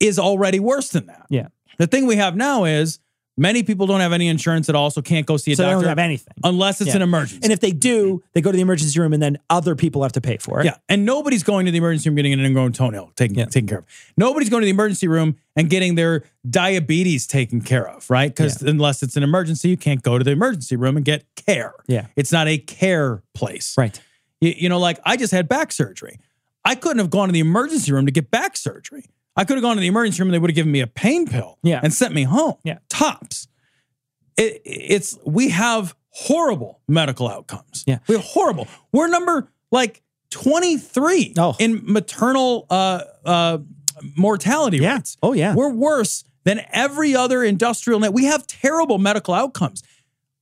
S5: is already worse than that.
S6: Yeah.
S5: The thing we have now is many people don't have any insurance at all, so can't go see a
S6: So they don't
S5: doctor
S6: have anything.
S5: unless it's
S6: Yeah.
S5: an emergency.
S6: And if they do, they go to the emergency room, and then other people have to pay for it.
S5: yeah, and nobody's going to the emergency room getting an ingrown toenail taken
S6: Yeah.
S5: taken care of. Nobody's going to the emergency room and getting their diabetes taken care of, right? Because unless it's an emergency, you can't go to the emergency room and get care.
S6: Yeah.
S5: it's not a care place.
S6: Right.
S5: You, you know, like I just had back surgery. I couldn't have gone to the emergency room to get back surgery. I could have gone to the emergency room and they would have given me a pain pill
S6: Yeah.
S5: and sent me home.
S6: Yeah.
S5: Tops. It, it's we have horrible medical outcomes.
S6: Yeah.
S5: We're horrible. We're number like 23
S6: Oh.
S5: in maternal uh uh mortality
S6: Yeah.
S5: rates.
S6: Oh yeah.
S5: We're worse than every other industrial net. We have terrible medical outcomes.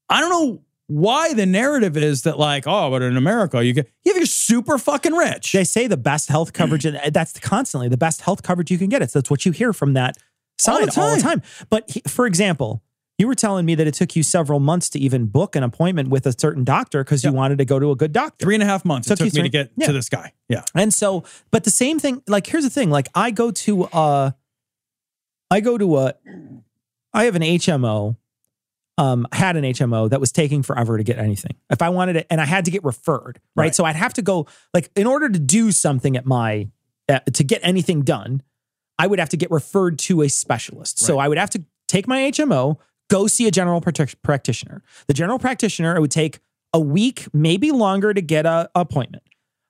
S5: I don't know why the narrative is that like, oh, but in America you get if you're super fucking rich.
S6: they say the best health coverage, and uh, that's constantly the best health coverage you can get. It's that's what you hear from that
S5: All
S6: sign
S5: the
S6: all the time. But he- for example, you were telling me that it took you several months to even book an appointment with a certain doctor because
S5: Yeah.
S6: you wanted to go to a good doctor.
S5: three and a half months it
S6: Took you
S5: took me
S6: three-
S5: to get
S6: yeah.
S5: to this guy. Yeah.
S6: And so, but the same thing. Like, here's the thing. Like, I go to uh, I go to a, I have an HMO. Um, I had an HMO that was taking forever to get anything. If I wanted it, and I had to get referred, right?
S5: Right.
S6: So I'd have to go like in order to do something at my uh, to get anything done, I would have to get referred to a specialist. So I would have to take my HMO, go see a general practic- practitioner. The general practitioner, it would take a week, maybe longer, to get a appointment.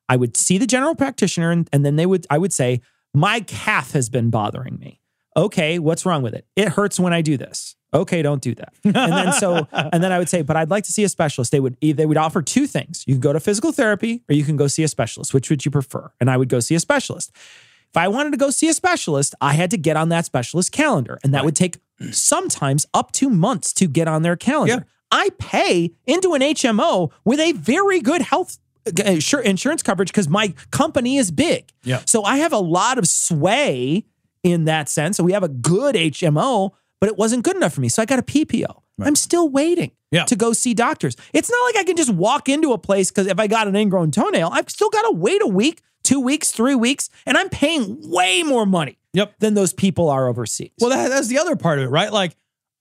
S6: I would see the general practitioner and, and then they would I would say, "My calf has been bothering me." Okay, what's wrong with it? It hurts when I do this. Okay, don't do that. And then so and then I would say, "But I'd like to see a specialist." They would e, they would offer two things. You can go to physical therapy or you can go see a specialist. Which would you prefer? And I would go see a specialist. If I wanted to go see a specialist, I had to get on that specialist calendar and that would take sometimes up to months to get on their calendar.
S5: Yeah.
S6: I pay into an HMO with a very good health uh, sure insurance coverage because my company is big.
S5: Yeah.
S6: So I have a lot of sway in that sense. So we have a good HMO, but it wasn't good enough for me. So I got a PPO. I'm still waiting
S5: Yeah.
S6: to go see doctors. It's not like I can just walk into a place because if I got an ingrown toenail, I've still got to wait a week, two weeks, three weeks, and I'm paying way more money
S5: Yep.
S6: than those people are overseas.
S5: Well, that, that's the other part of it, right? Like,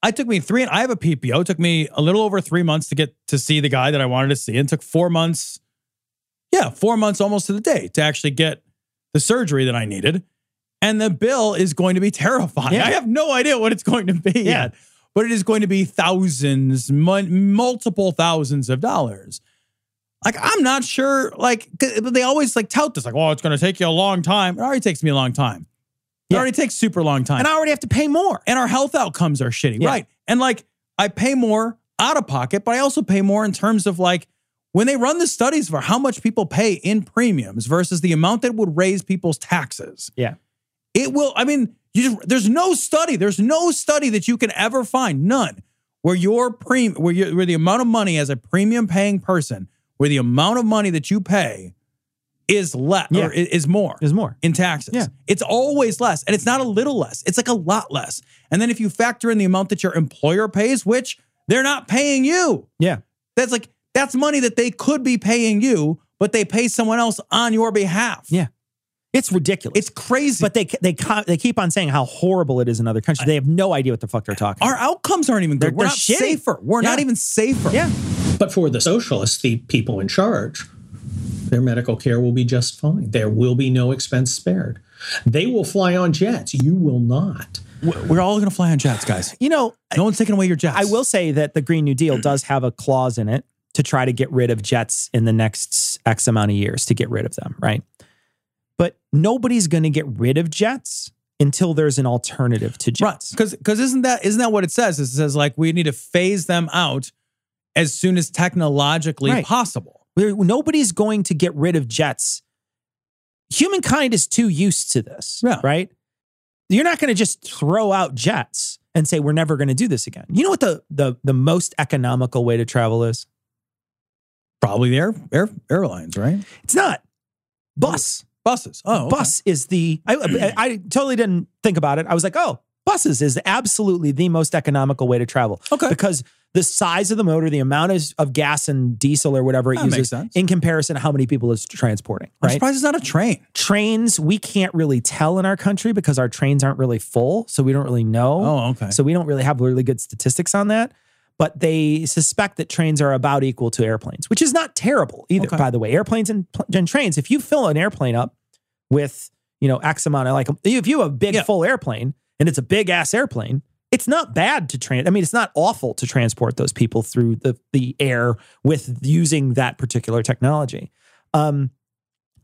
S5: I took me three, and I have a PPO. It took me a little over three months to get to see the guy that I wanted to see, and took four months, yeah, four months almost to the day to actually get the surgery that I needed. And the bill is going to be terrifying.
S6: Yeah.
S5: I have no idea what it's going to be
S6: Yeah.
S5: yet, but it is going to be thousands, mon- multiple thousands of dollars. Like, I'm not sure, like, 'cause- but they always like tout this, like, oh, it's going to take you a long time. It already takes me a long time. It
S6: Yeah.
S5: already takes super long time
S6: and I already have to pay more.
S5: and our health outcomes are shitty.
S6: Yeah.
S5: Right. And like I pay more out of pocket, but I also pay more in terms of like when they run the studies for how much people pay in premiums versus the amount that would raise people's taxes.
S6: Yeah.
S5: It will, I mean, you just, there's no study, there's no study that you can ever find, none, where your premium, where, your where the amount of money as a premium paying person, where the amount of money that you pay is less
S6: Yeah.
S5: or i- is more
S6: There's more.
S5: in taxes.
S6: Yeah.
S5: It's always less. And it's not a little less, it's like a lot less. And then if you factor in the amount that your employer pays, which they're not paying you,
S6: Yeah.
S5: that's like, that's money that they could be paying you, but they pay someone else on your behalf.
S6: Yeah. It's ridiculous.
S5: It's crazy.
S6: but they they con- they keep on saying how horrible it is in other countries. They have no idea what the fuck they're talking.
S5: our
S6: about.
S5: outcomes aren't even good.
S6: They're-
S5: We're
S6: they're
S5: not
S6: shitty.
S5: safer. We're not
S6: Yeah.
S5: even safer.
S6: Yeah.
S14: But for the socialists, the people in charge, their medical care will be just fine. There will be no expense spared. They will fly on jets. You will not.
S5: W- We're all going to fly on jets, guys.
S6: You know,
S5: No one's taking away your jets.
S6: I will say that the Green New Deal does have a clause in it to try to get rid of jets in the next X amount of years to get rid of them, right? But nobody's going to get rid of jets until there's an alternative to jets.
S5: Because because isn't that isn't that what it says? It says like we need to phase them out as soon as technologically
S6: Right.
S5: possible.
S6: There- nobody's going to get rid of jets. Humankind is too used to this,
S5: Yeah.
S6: right? You're not going to just throw out jets and say we're never going to do this again. You know what the the the most economical way to travel is?
S5: Probably the air, air airlines, right?
S6: It's not bus.
S5: Buses. Oh, okay. Mm.
S6: bus is the I, I, I totally didn't think about it i was like oh buses is absolutely the most economical way to travel
S5: Okay.
S6: because the size of the motor the amount is, of gas and diesel or whatever it
S5: That
S6: uses
S5: makes sense.
S6: in comparison to how many people it's transporting
S5: I'm
S6: right
S5: surprised it's not a train.
S6: trains we can't really tell in our country because our trains aren't really full so we don't really know
S5: Oh, okay.
S6: so we don't really have really good statistics on that. But they suspect that trains are about equal to airplanes, which is not terrible either,
S5: Okay.
S6: by the way. Airplanes and, pl- and trains, if you fill an airplane up with, you know, X amount of like, if you have a big
S5: Yeah.
S6: full airplane and it's a big ass airplane, it's not bad to trans. I mean, it's not awful to transport those people through the, the air with using that particular technology. Um,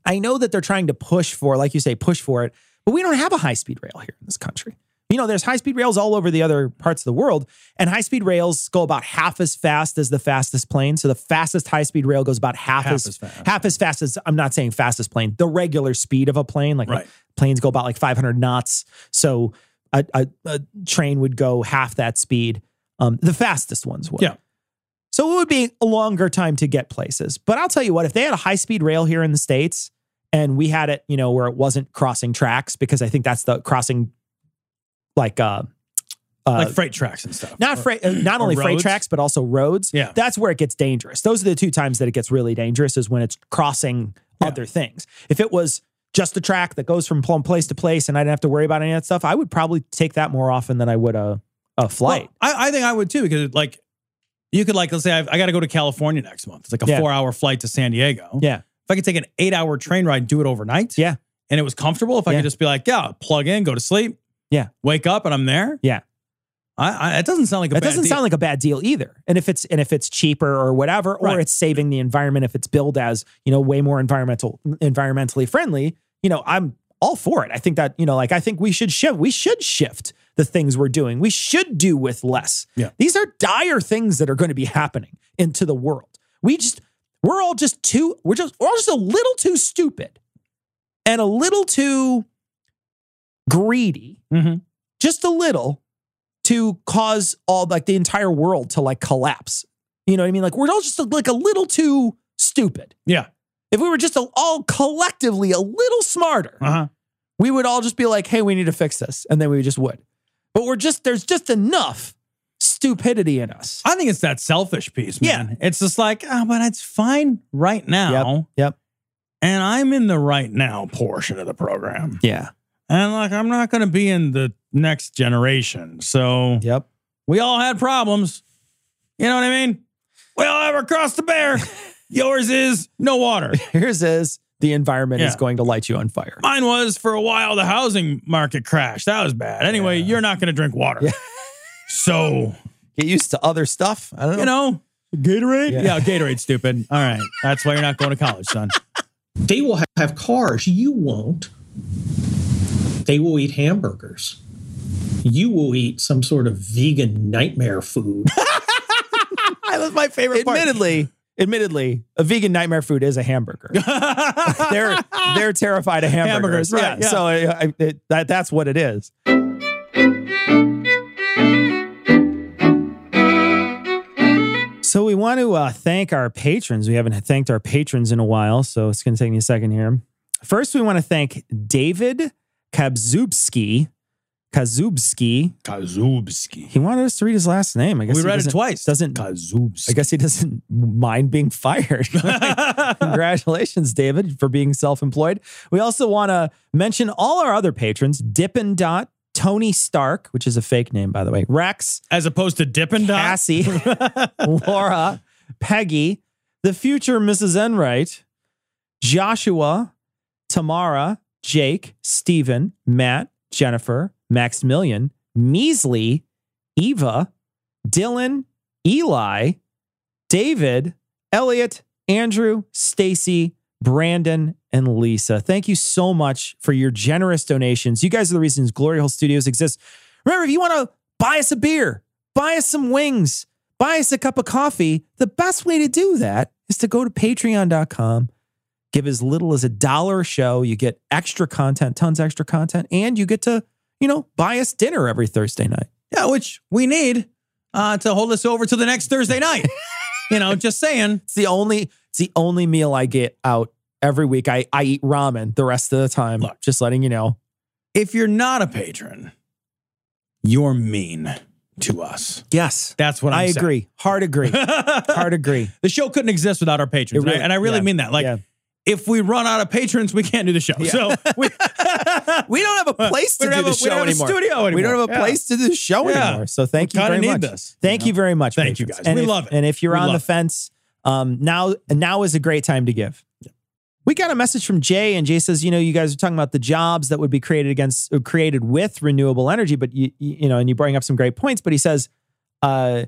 S6: I know that they're trying to push for, like you say, push for it, but we don't have a high speed rail here in this country. You know, there's high speed rails all over the other parts of the world, and high speed rails go about half as fast as the fastest plane. So the fastest high speed rail goes about half,
S5: Half
S6: as,
S5: as fast.
S6: half as fast as I'm not saying fastest plane, the regular speed of a plane. Like
S5: Right.
S6: planes go about like 500 knots, so a, a, a train would go half that speed. Um, the fastest ones would.
S5: Yeah.
S6: So it would be a longer time to get places. But I'll tell you what, if they had a high speed rail here in the States and we had it, you know, where it wasn't crossing tracks, because I think that's the crossing like uh uh,
S5: like freight tracks and stuff.
S6: not
S5: Or-
S6: freight, uh, not
S5: or
S6: only freight
S5: roads.
S6: tracks, but also roads.
S5: Yeah.
S6: that's where it gets dangerous. Those are the two times that it gets really dangerous is when it's crossing other things. If it was just a track that goes from pl- place to place, and I didn't have to worry about any of that stuff, I would probably take that more often than I would a a flight.
S5: Well, I, I think I would too because like you could like let's say I've, I got to go to California next month. It's like a
S6: Yeah.
S5: four hour flight to San Diego.
S6: Yeah.
S5: If I could take an eight hour train ride, do it overnight.
S6: Yeah.
S5: And it was comfortable. If I
S6: Yeah.
S5: could just be like, yeah, plug in, go to sleep.
S6: Yeah.
S5: Wake up and I'm there.
S6: Yeah.
S5: I, I it doesn't sound like a
S6: That
S5: bad
S6: doesn't
S5: deal.
S6: sound like a bad deal either. And if it's and if it's cheaper or whatever, or
S5: Right.
S6: it's saving the environment if it's billed as you know way more environmental environmentally friendly, you know I'm all for it. I think that you know like I think we should shift. We should shift the things we're doing. We should do with less.
S5: Yeah.
S6: These are dire things that are going to be happening into the world. We just we're all just too we're just we're all just a little too stupid and a little too greedy
S5: Mhm.
S6: just a little to cause all like the entire world to like collapse. You know what I mean? Like we're all just like a little too stupid.
S5: Yeah.
S6: If we were just all collectively a little smarter,
S5: Uh-huh.
S6: we would all just be like, "Hey, we need to fix this," and then we just would. But we're just there's just enough stupidity in us.
S5: I think it's that selfish piece, man. Yeah. It's just like, oh, but it's fine right now.
S6: Yep.
S5: And I'm in the right now portion of the program.
S6: Yeah.
S5: And like, I'm not going to be in the next generation. So
S6: Yep.
S5: we all had problems. You know what I mean? We all ever crossed the bear. Yours is no water.
S6: Here's is the environment is
S5: Yeah.
S6: going to light you on fire.
S5: Mine was for a while the housing market crashed. That was bad. Anyway, you're not going to drink water. So,
S6: Get used to other stuff. I don't know.
S5: you know, Gatorade?
S6: Yeah.
S5: Yeah. Gatorade's stupid. All right. That's why you're not going to college, son.
S14: They will ha- have cars. You won't. They will eat hamburgers. You will eat some sort of vegan nightmare food.
S6: that was my favorite
S5: part.
S6: Admittedly, admittedly, a vegan nightmare food is a hamburger. they're they're terrified of
S5: Hamburgers,
S6: hamburgers.
S5: right, yeah.
S6: So I, I, it, that that's what it is. So we want to uh, thank our patrons. We haven't thanked our patrons in a while, so it's going to take me a second here. First, we want to thank David Kabzubski. Kazubski.
S5: Kazubski.
S6: He wanted us to read his last name. I guess
S5: We
S6: he
S5: read it
S6: doesn't-
S5: twice.
S6: Doesn't I
S5: Kazubski.
S6: guess he doesn't mind being fired. Congratulations, David, for being self employed. We also want to mention all our other patrons Dippin' Dot, Tony Stark, which is a fake name, by the way, Rex,
S5: As opposed to Dippin' Dot.
S6: Cassie, Laura, Peggy, the future Mrs. Enright, Joshua, Tamara, Jake, Stephen, Matt, Jennifer, Maximilian, Measley, Eva, Dylan, Eli, David, Elliot, Andrew, Stacy, Brandon, and Lisa. Thank you so much for your generous donations. You guys are the reasons Glory Hole Studios exists. Remember, if you want to buy us a beer, buy us some wings, buy us a cup of coffee, the best way to do that is to go to patreon.com. Give as little as a dollar a show. You get extra content, tons of extra content, and you get to, you know, buy us dinner every Thursday night.
S5: Yeah, which we need uh, to hold us over to the next Thursday night. you know, just saying.
S6: It's the only it's the only meal I get out every week. I, I eat ramen the rest of the time.
S5: Look.
S6: just letting you know.
S5: If you're not a patron, you're mean to us.
S6: Yes.
S5: That's what I'm
S6: I
S5: saying.
S6: agree. Hard agree. Hard agree.
S5: The show couldn't exist without our patrons.
S6: It really-
S5: and, I, and I really
S6: yeah,
S5: mean that. Like,
S6: yeah.
S5: if we run out of patrons, we can't do the show. So we,
S6: We don't have a place to
S5: We don't
S6: do the
S5: have a- we
S6: show
S5: don't have a
S6: anymore.
S5: studio
S6: We don't
S5: anymore.
S6: have a
S5: Yeah.
S6: place to do the show
S5: Yeah.
S6: anymore. So thank
S5: We
S6: you
S5: kinda
S6: very
S5: need
S6: much.
S5: this, you
S6: thank you,
S5: know?
S6: very much.
S5: Thank you,
S6: patrons.
S5: guys.
S6: And
S5: We
S6: if-
S5: love it.
S6: And if you're
S5: We
S6: on the
S5: love it.
S6: fence, um, now now is a great time to give. We got a message from Jay, and Jay says, "You know, you guys are talking about the jobs that would be created against, or created with renewable energy, but you, you you know, and you bring up some great points. But he says, uh,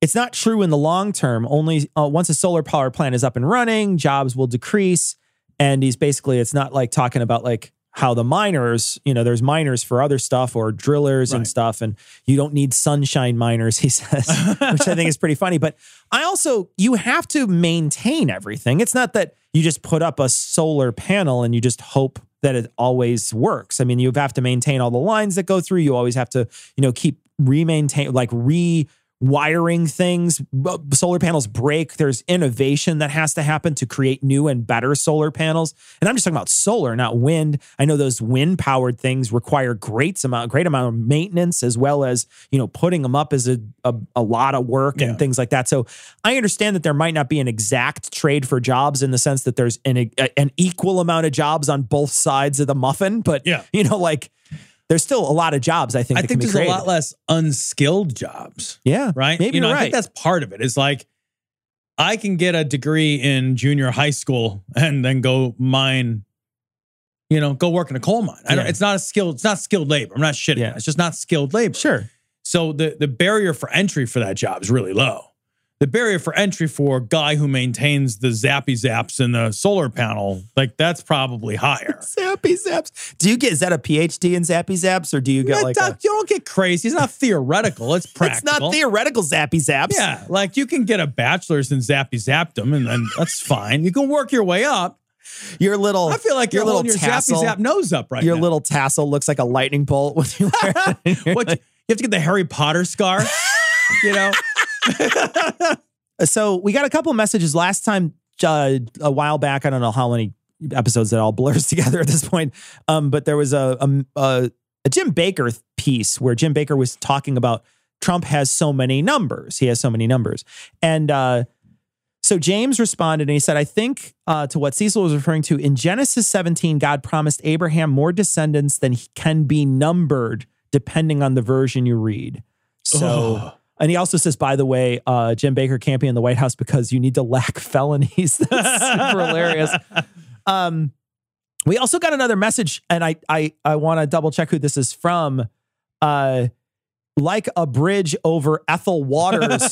S6: it's not true in the long term. Only uh, once a solar power plant is up and running, jobs will decrease. And he's basically, it's not like talking about like how the miners, you know, there's miners for other stuff or drillers and
S5: Right.
S6: stuff, and you don't need sunshine miners, he says, which I think is pretty funny. But I also, you have to maintain everything. It's not that you just put up a solar panel and you just hope that it always works. I mean, you have to maintain all the lines that go through. You always have to, you know, keep remaintain like re wiring things B- solar panels break there's innovation that has to happen to create new and better solar panels and i'm just talking about solar not wind i know those wind powered things require great amount great amount of maintenance as well as you know putting them up is a, a, a lot of work
S5: Yeah.
S6: and things like that so i understand that there might not be an exact trade for jobs in the sense that there's an, an equal amount of jobs on both sides of the muffin but
S5: Yeah.
S6: you know like there's still a lot of jobs i think
S5: I
S6: that
S5: think
S6: can be
S5: there's a lot
S6: created.
S5: less unskilled jobs,
S6: yeah
S5: right?
S6: maybe
S5: you know,
S6: you're
S5: I
S6: right
S5: think that's part of it. It's like I can get a degree in junior high school and then go mine, you know, go work in a coal mine. I don't,
S6: Yeah.
S5: it's not a skilled, it's not skilled labor. I'm not shitting.
S6: Yeah.
S5: It's just not skilled labor.
S6: sure
S5: So the the barrier for entry for that job is really low. The barrier for entry for a guy who maintains the zappy zaps and the solar panel, like that's probably higher.
S6: Zappy Zaps. Do you get is that a PhD in Zappy Zaps or do you get
S5: That
S6: like
S5: doc-
S6: a,
S5: you don't get crazy. It's not theoretical. It's
S6: it's
S5: practical.
S6: not theoretical Zappy Zaps?
S5: Yeah, like you can get a bachelor's in zappy zapdom, and then that's fine. You can work your way up.
S6: Your little
S5: I feel like you're
S6: your little
S5: holding your
S6: tassel,
S5: zappy zap nose up right
S6: your
S5: now.
S6: little tassel looks like a lightning bolt when you wear it. You're
S5: what, you
S6: like-
S5: have to get the Harry Potter scar. you know,
S6: Uh, so we got a couple messages last time uh, a while back. I don't know how many episodes that all blurs together at this point. Um, but there was a a, a, a Jim Baker piece where Jim Baker was talking about Trump has so many numbers. He has so many numbers. And uh, so James responded and he said, I think uh, to what Cecil was referring to in Genesis 17, God promised Abraham more descendants than he can be numbered, depending on the version you read.
S5: Oh,
S6: So. And he also says, by the way, uh, Jim Baker can't be in the White House because you need to lack felonies. That's super hilarious. Um, we also got another message, and I I I want to double check who this is from. Uh, like a bridge over Ethel Waters,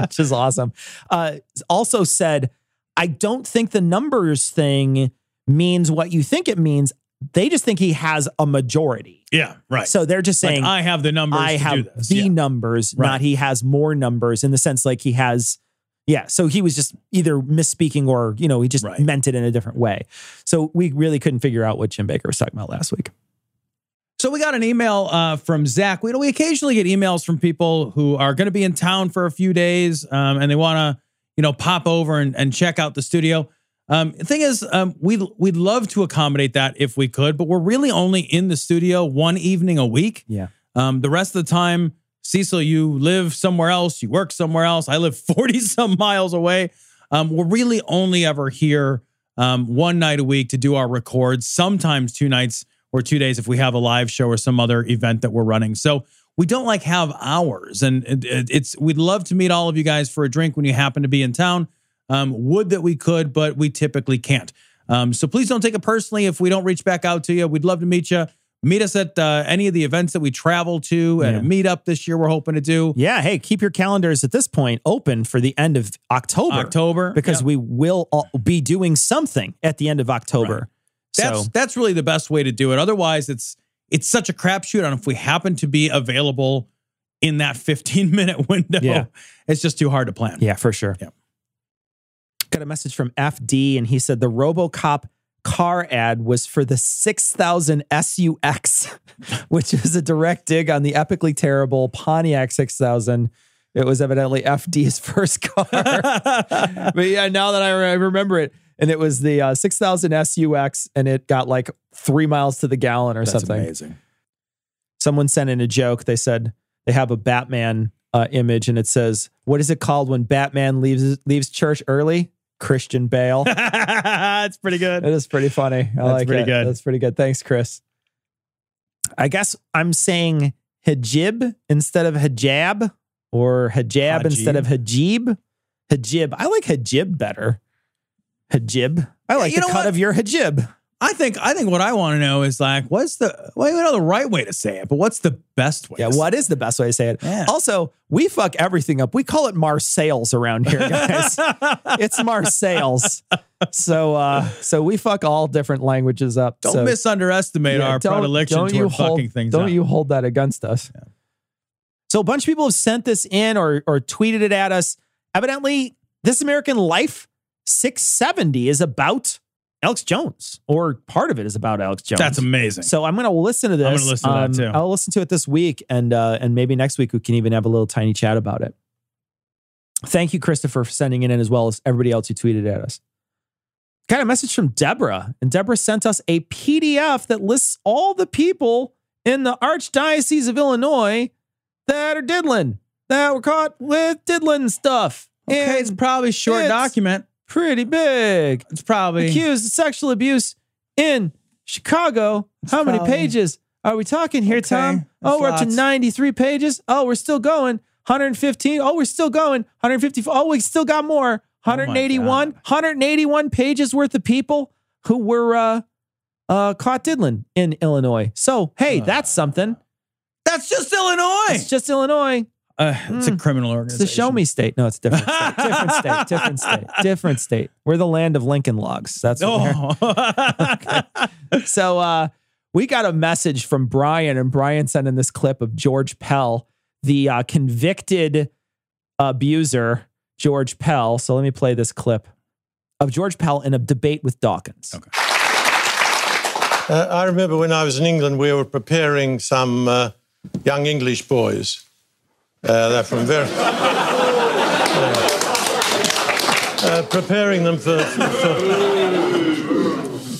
S6: which is awesome. Uh, also said, I don't think the numbers thing means what you think it means. They just think he has a majority.
S5: Yeah, right.
S6: So they're just
S5: Like,
S6: saying,
S5: I have the numbers
S6: I
S5: to
S6: have
S5: do this.
S6: the
S5: Yeah.
S6: numbers,
S5: Right.
S6: not he has more numbers in the sense like he has. Yeah, so he was just either misspeaking or you know he just
S5: Right.
S6: meant it in a different way. So we really couldn't figure out what Jim Baker was talking about last week.
S5: So we got an email uh, from Zach. We, we occasionally get emails from people who are going to be in town for a few days um, and they want to, you know, pop over and, and check out the studio. Um, the thing is, um, we'd, we'd love to accommodate that if we could, but we're really only in the studio one evening a week.
S6: Yeah.
S5: Um, the rest of the time, Cecil, you live somewhere else, you work somewhere else. I live 40 some miles away. Um, we're really only ever here um, one night a week to do our records, sometimes two nights or two days if we have a live show or some other event that we're running. So we don't like have hours. And it- it- it's we'd love to meet all of you guys for a drink when you happen to be in town. Um, would that we could, but we typically can't. Um, so please don't take it personally if we don't reach back out to you. We'd love to meet you. Meet us at uh, any of the events that we travel to at a
S6: Yeah.
S5: meetup this year. We're hoping to do
S6: Yeah, hey, keep your calendars at this point open for the end of October.
S5: October
S6: because
S5: Yeah.
S6: we will all be doing something at the end of October.
S5: that's
S6: So
S5: that's really the best way to do it. Otherwise, it's it's such a crapshoot on if we happen to be available in that 15 minute window.
S6: Yeah.
S5: It's just too hard to plan.
S6: yeah, for sure.
S5: Yeah.
S6: Got a message from FD, and he said the RoboCop car ad was for the 6000 SUX, which is a direct dig on the epically terrible Pontiac 6000. It was evidently FD's first car. but yeah, now that I, re- I remember it, and it was the uh, 6000 SUX, and it got like three miles to the gallon or something.
S5: amazing.
S6: someone sent in a joke. They said they have a Batman uh, image, and it says, "What is it called when Batman leaves leaves church early?" Christian Bale.
S5: That's pretty
S6: it
S5: good.
S6: is pretty funny. I like
S5: pretty
S6: it.
S5: good.
S6: That's pretty good. Thanks, Chris. I guess I'm saying hijib instead of hijab, or hijab
S5: Hajib.
S6: instead of hijib. Hijib. I like hijib better. Hijib. I like
S5: you
S6: the
S5: know
S6: cut
S5: what?
S6: of your hijib.
S5: I think I think what I want to know is like, what's the well, you know the right way to say it, but what's the best way?
S6: Yeah,
S5: to say it?
S6: what is the best way to say it?
S5: Yeah.
S6: Also, we fuck everything up. We call it Marsales around here, guys. it's Marsales. So uh so we fuck all different languages up.
S5: Don't
S6: so,
S5: misunderestimate
S6: yeah,
S5: our predilection toward
S6: hold,
S5: fucking things
S6: Don't
S5: up.
S6: you hold that against us. So a bunch of people have sent this in or or tweeted it at us. Evidently, This American Life 670 is about Alex Jones, or part of it is about Alex Jones.
S5: That's amazing.
S6: So I'm going to listen to this. um,
S5: I'm gonna listen to that, too.
S6: I'll listen to it this week, and uh, and maybe next week we can even have a little tiny chat about it. Thank you, Christopher, for sending it in, as well as everybody else who tweeted at us. Got a message from Deborah, and Deborah sent us a PDF that lists all the people in the Archdiocese of Illinois that are diddling, that were caught with diddling stuff.
S5: okay, it's
S6: And
S5: probably a short
S6: it's-
S5: document.
S6: pretty big
S5: It's probably
S6: accused of sexual abuse in Chicago. How many
S5: probably-
S6: pages are we talking here,
S5: Okay,
S6: Tom? Oh,
S5: that's
S6: we're up to
S5: lots.
S6: 93 pages. Oh, we're still going. 115. Oh, we're still going. 154. Oh, we still got more.
S5: my
S6: 181.
S5: God.
S6: 181 pages worth of people who were uh, uh, caught diddling in Illinois. So, hey,
S5: Uh,
S6: that's something.
S5: that's just Illinois.
S6: It's just Illinois.
S5: Uh, it's a
S6: Mm.
S5: criminal
S6: It's
S5: organization.
S6: the show me state. No, it's a different state. Different state. Different state. Different state. We're the land of Lincoln logs. That's what we're-
S5: Oh.
S6: so uh, we got a message from Brian, and Brian sent in this clip of George Pell, the uh, convicted abuser, George Pell. So let me play this clip of George Pell in a debate with Dawkins.
S5: Okay.
S15: Uh, I remember when I was in England, we were preparing some uh, young English boys. Uh, they're from very. Uh, preparing them for. for-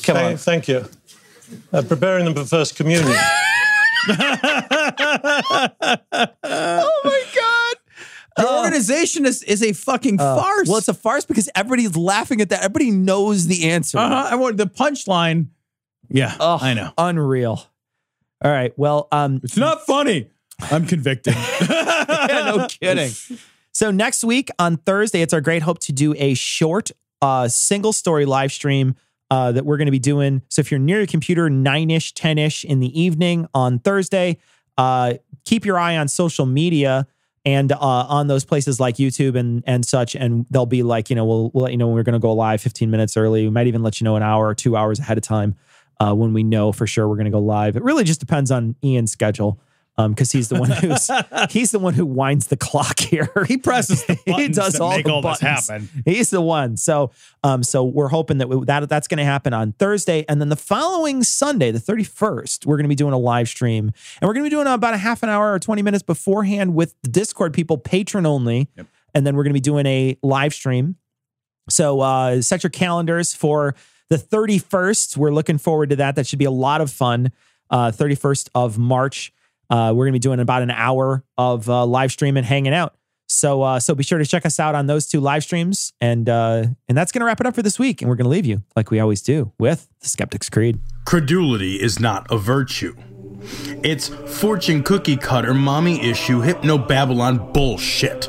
S6: Come
S15: thank,
S6: on.
S15: thank you. Uh, preparing them for First Communion.
S6: oh my god.
S16: The organization is, is a fucking farce.
S6: Uh, Well, it's a farce because everybody's laughing at that. Everybody knows the answer.
S5: Uh-huh. I want the punchline. Yeah,
S6: Ugh,
S5: I know.
S6: Unreal. All right. Well, um,
S5: It's not funny. I'm convicted.
S6: no kidding. So next week on Thursday, it's our great hope to do a short uh, single story live stream uh, that we're going to be doing. So if you're near your computer, nine ish, ten ish in the evening on Thursday, uh, keep your eye on social media and uh, on those places like YouTube and and such. And they'll be like, you know, we'll, we'll let you know when we're going to go live 15 minutes early. We might even let you know an hour or two hours ahead of time uh, when we know for sure we're going to go live. It really just depends on Ian's schedule. Um, because he's the one who's he's the one who winds the clock here.
S5: He presses the
S6: he
S5: buttons
S6: does
S5: that
S6: all
S5: make
S6: the
S5: all this
S6: buttons.
S5: happen.
S6: He's the one. So, um, so we're hoping that we, that that's going to happen on Thursday, and then the following Sunday, the thirty first, we're going to be doing a live stream, and we're going to be doing about a half an hour or twenty minutes beforehand with the Discord people, patron only, and then we're going to be doing a live stream. So, uh, set your calendars for the thirty first. We're looking forward to that. That should be a lot of fun. Uh, thirty first of March. Uh, we're going to be doing about an hour of uh, live stream and hanging out. So uh, so be sure to check us out on those two live streams, and uh, and that's gonna wrap it up for this week. And we're gonna leave you like we always do with the Skeptics Creed.
S17: Credulity is not a virtue. It's fortune cookie cutter, mommy issue, hypno Babylon bullshit.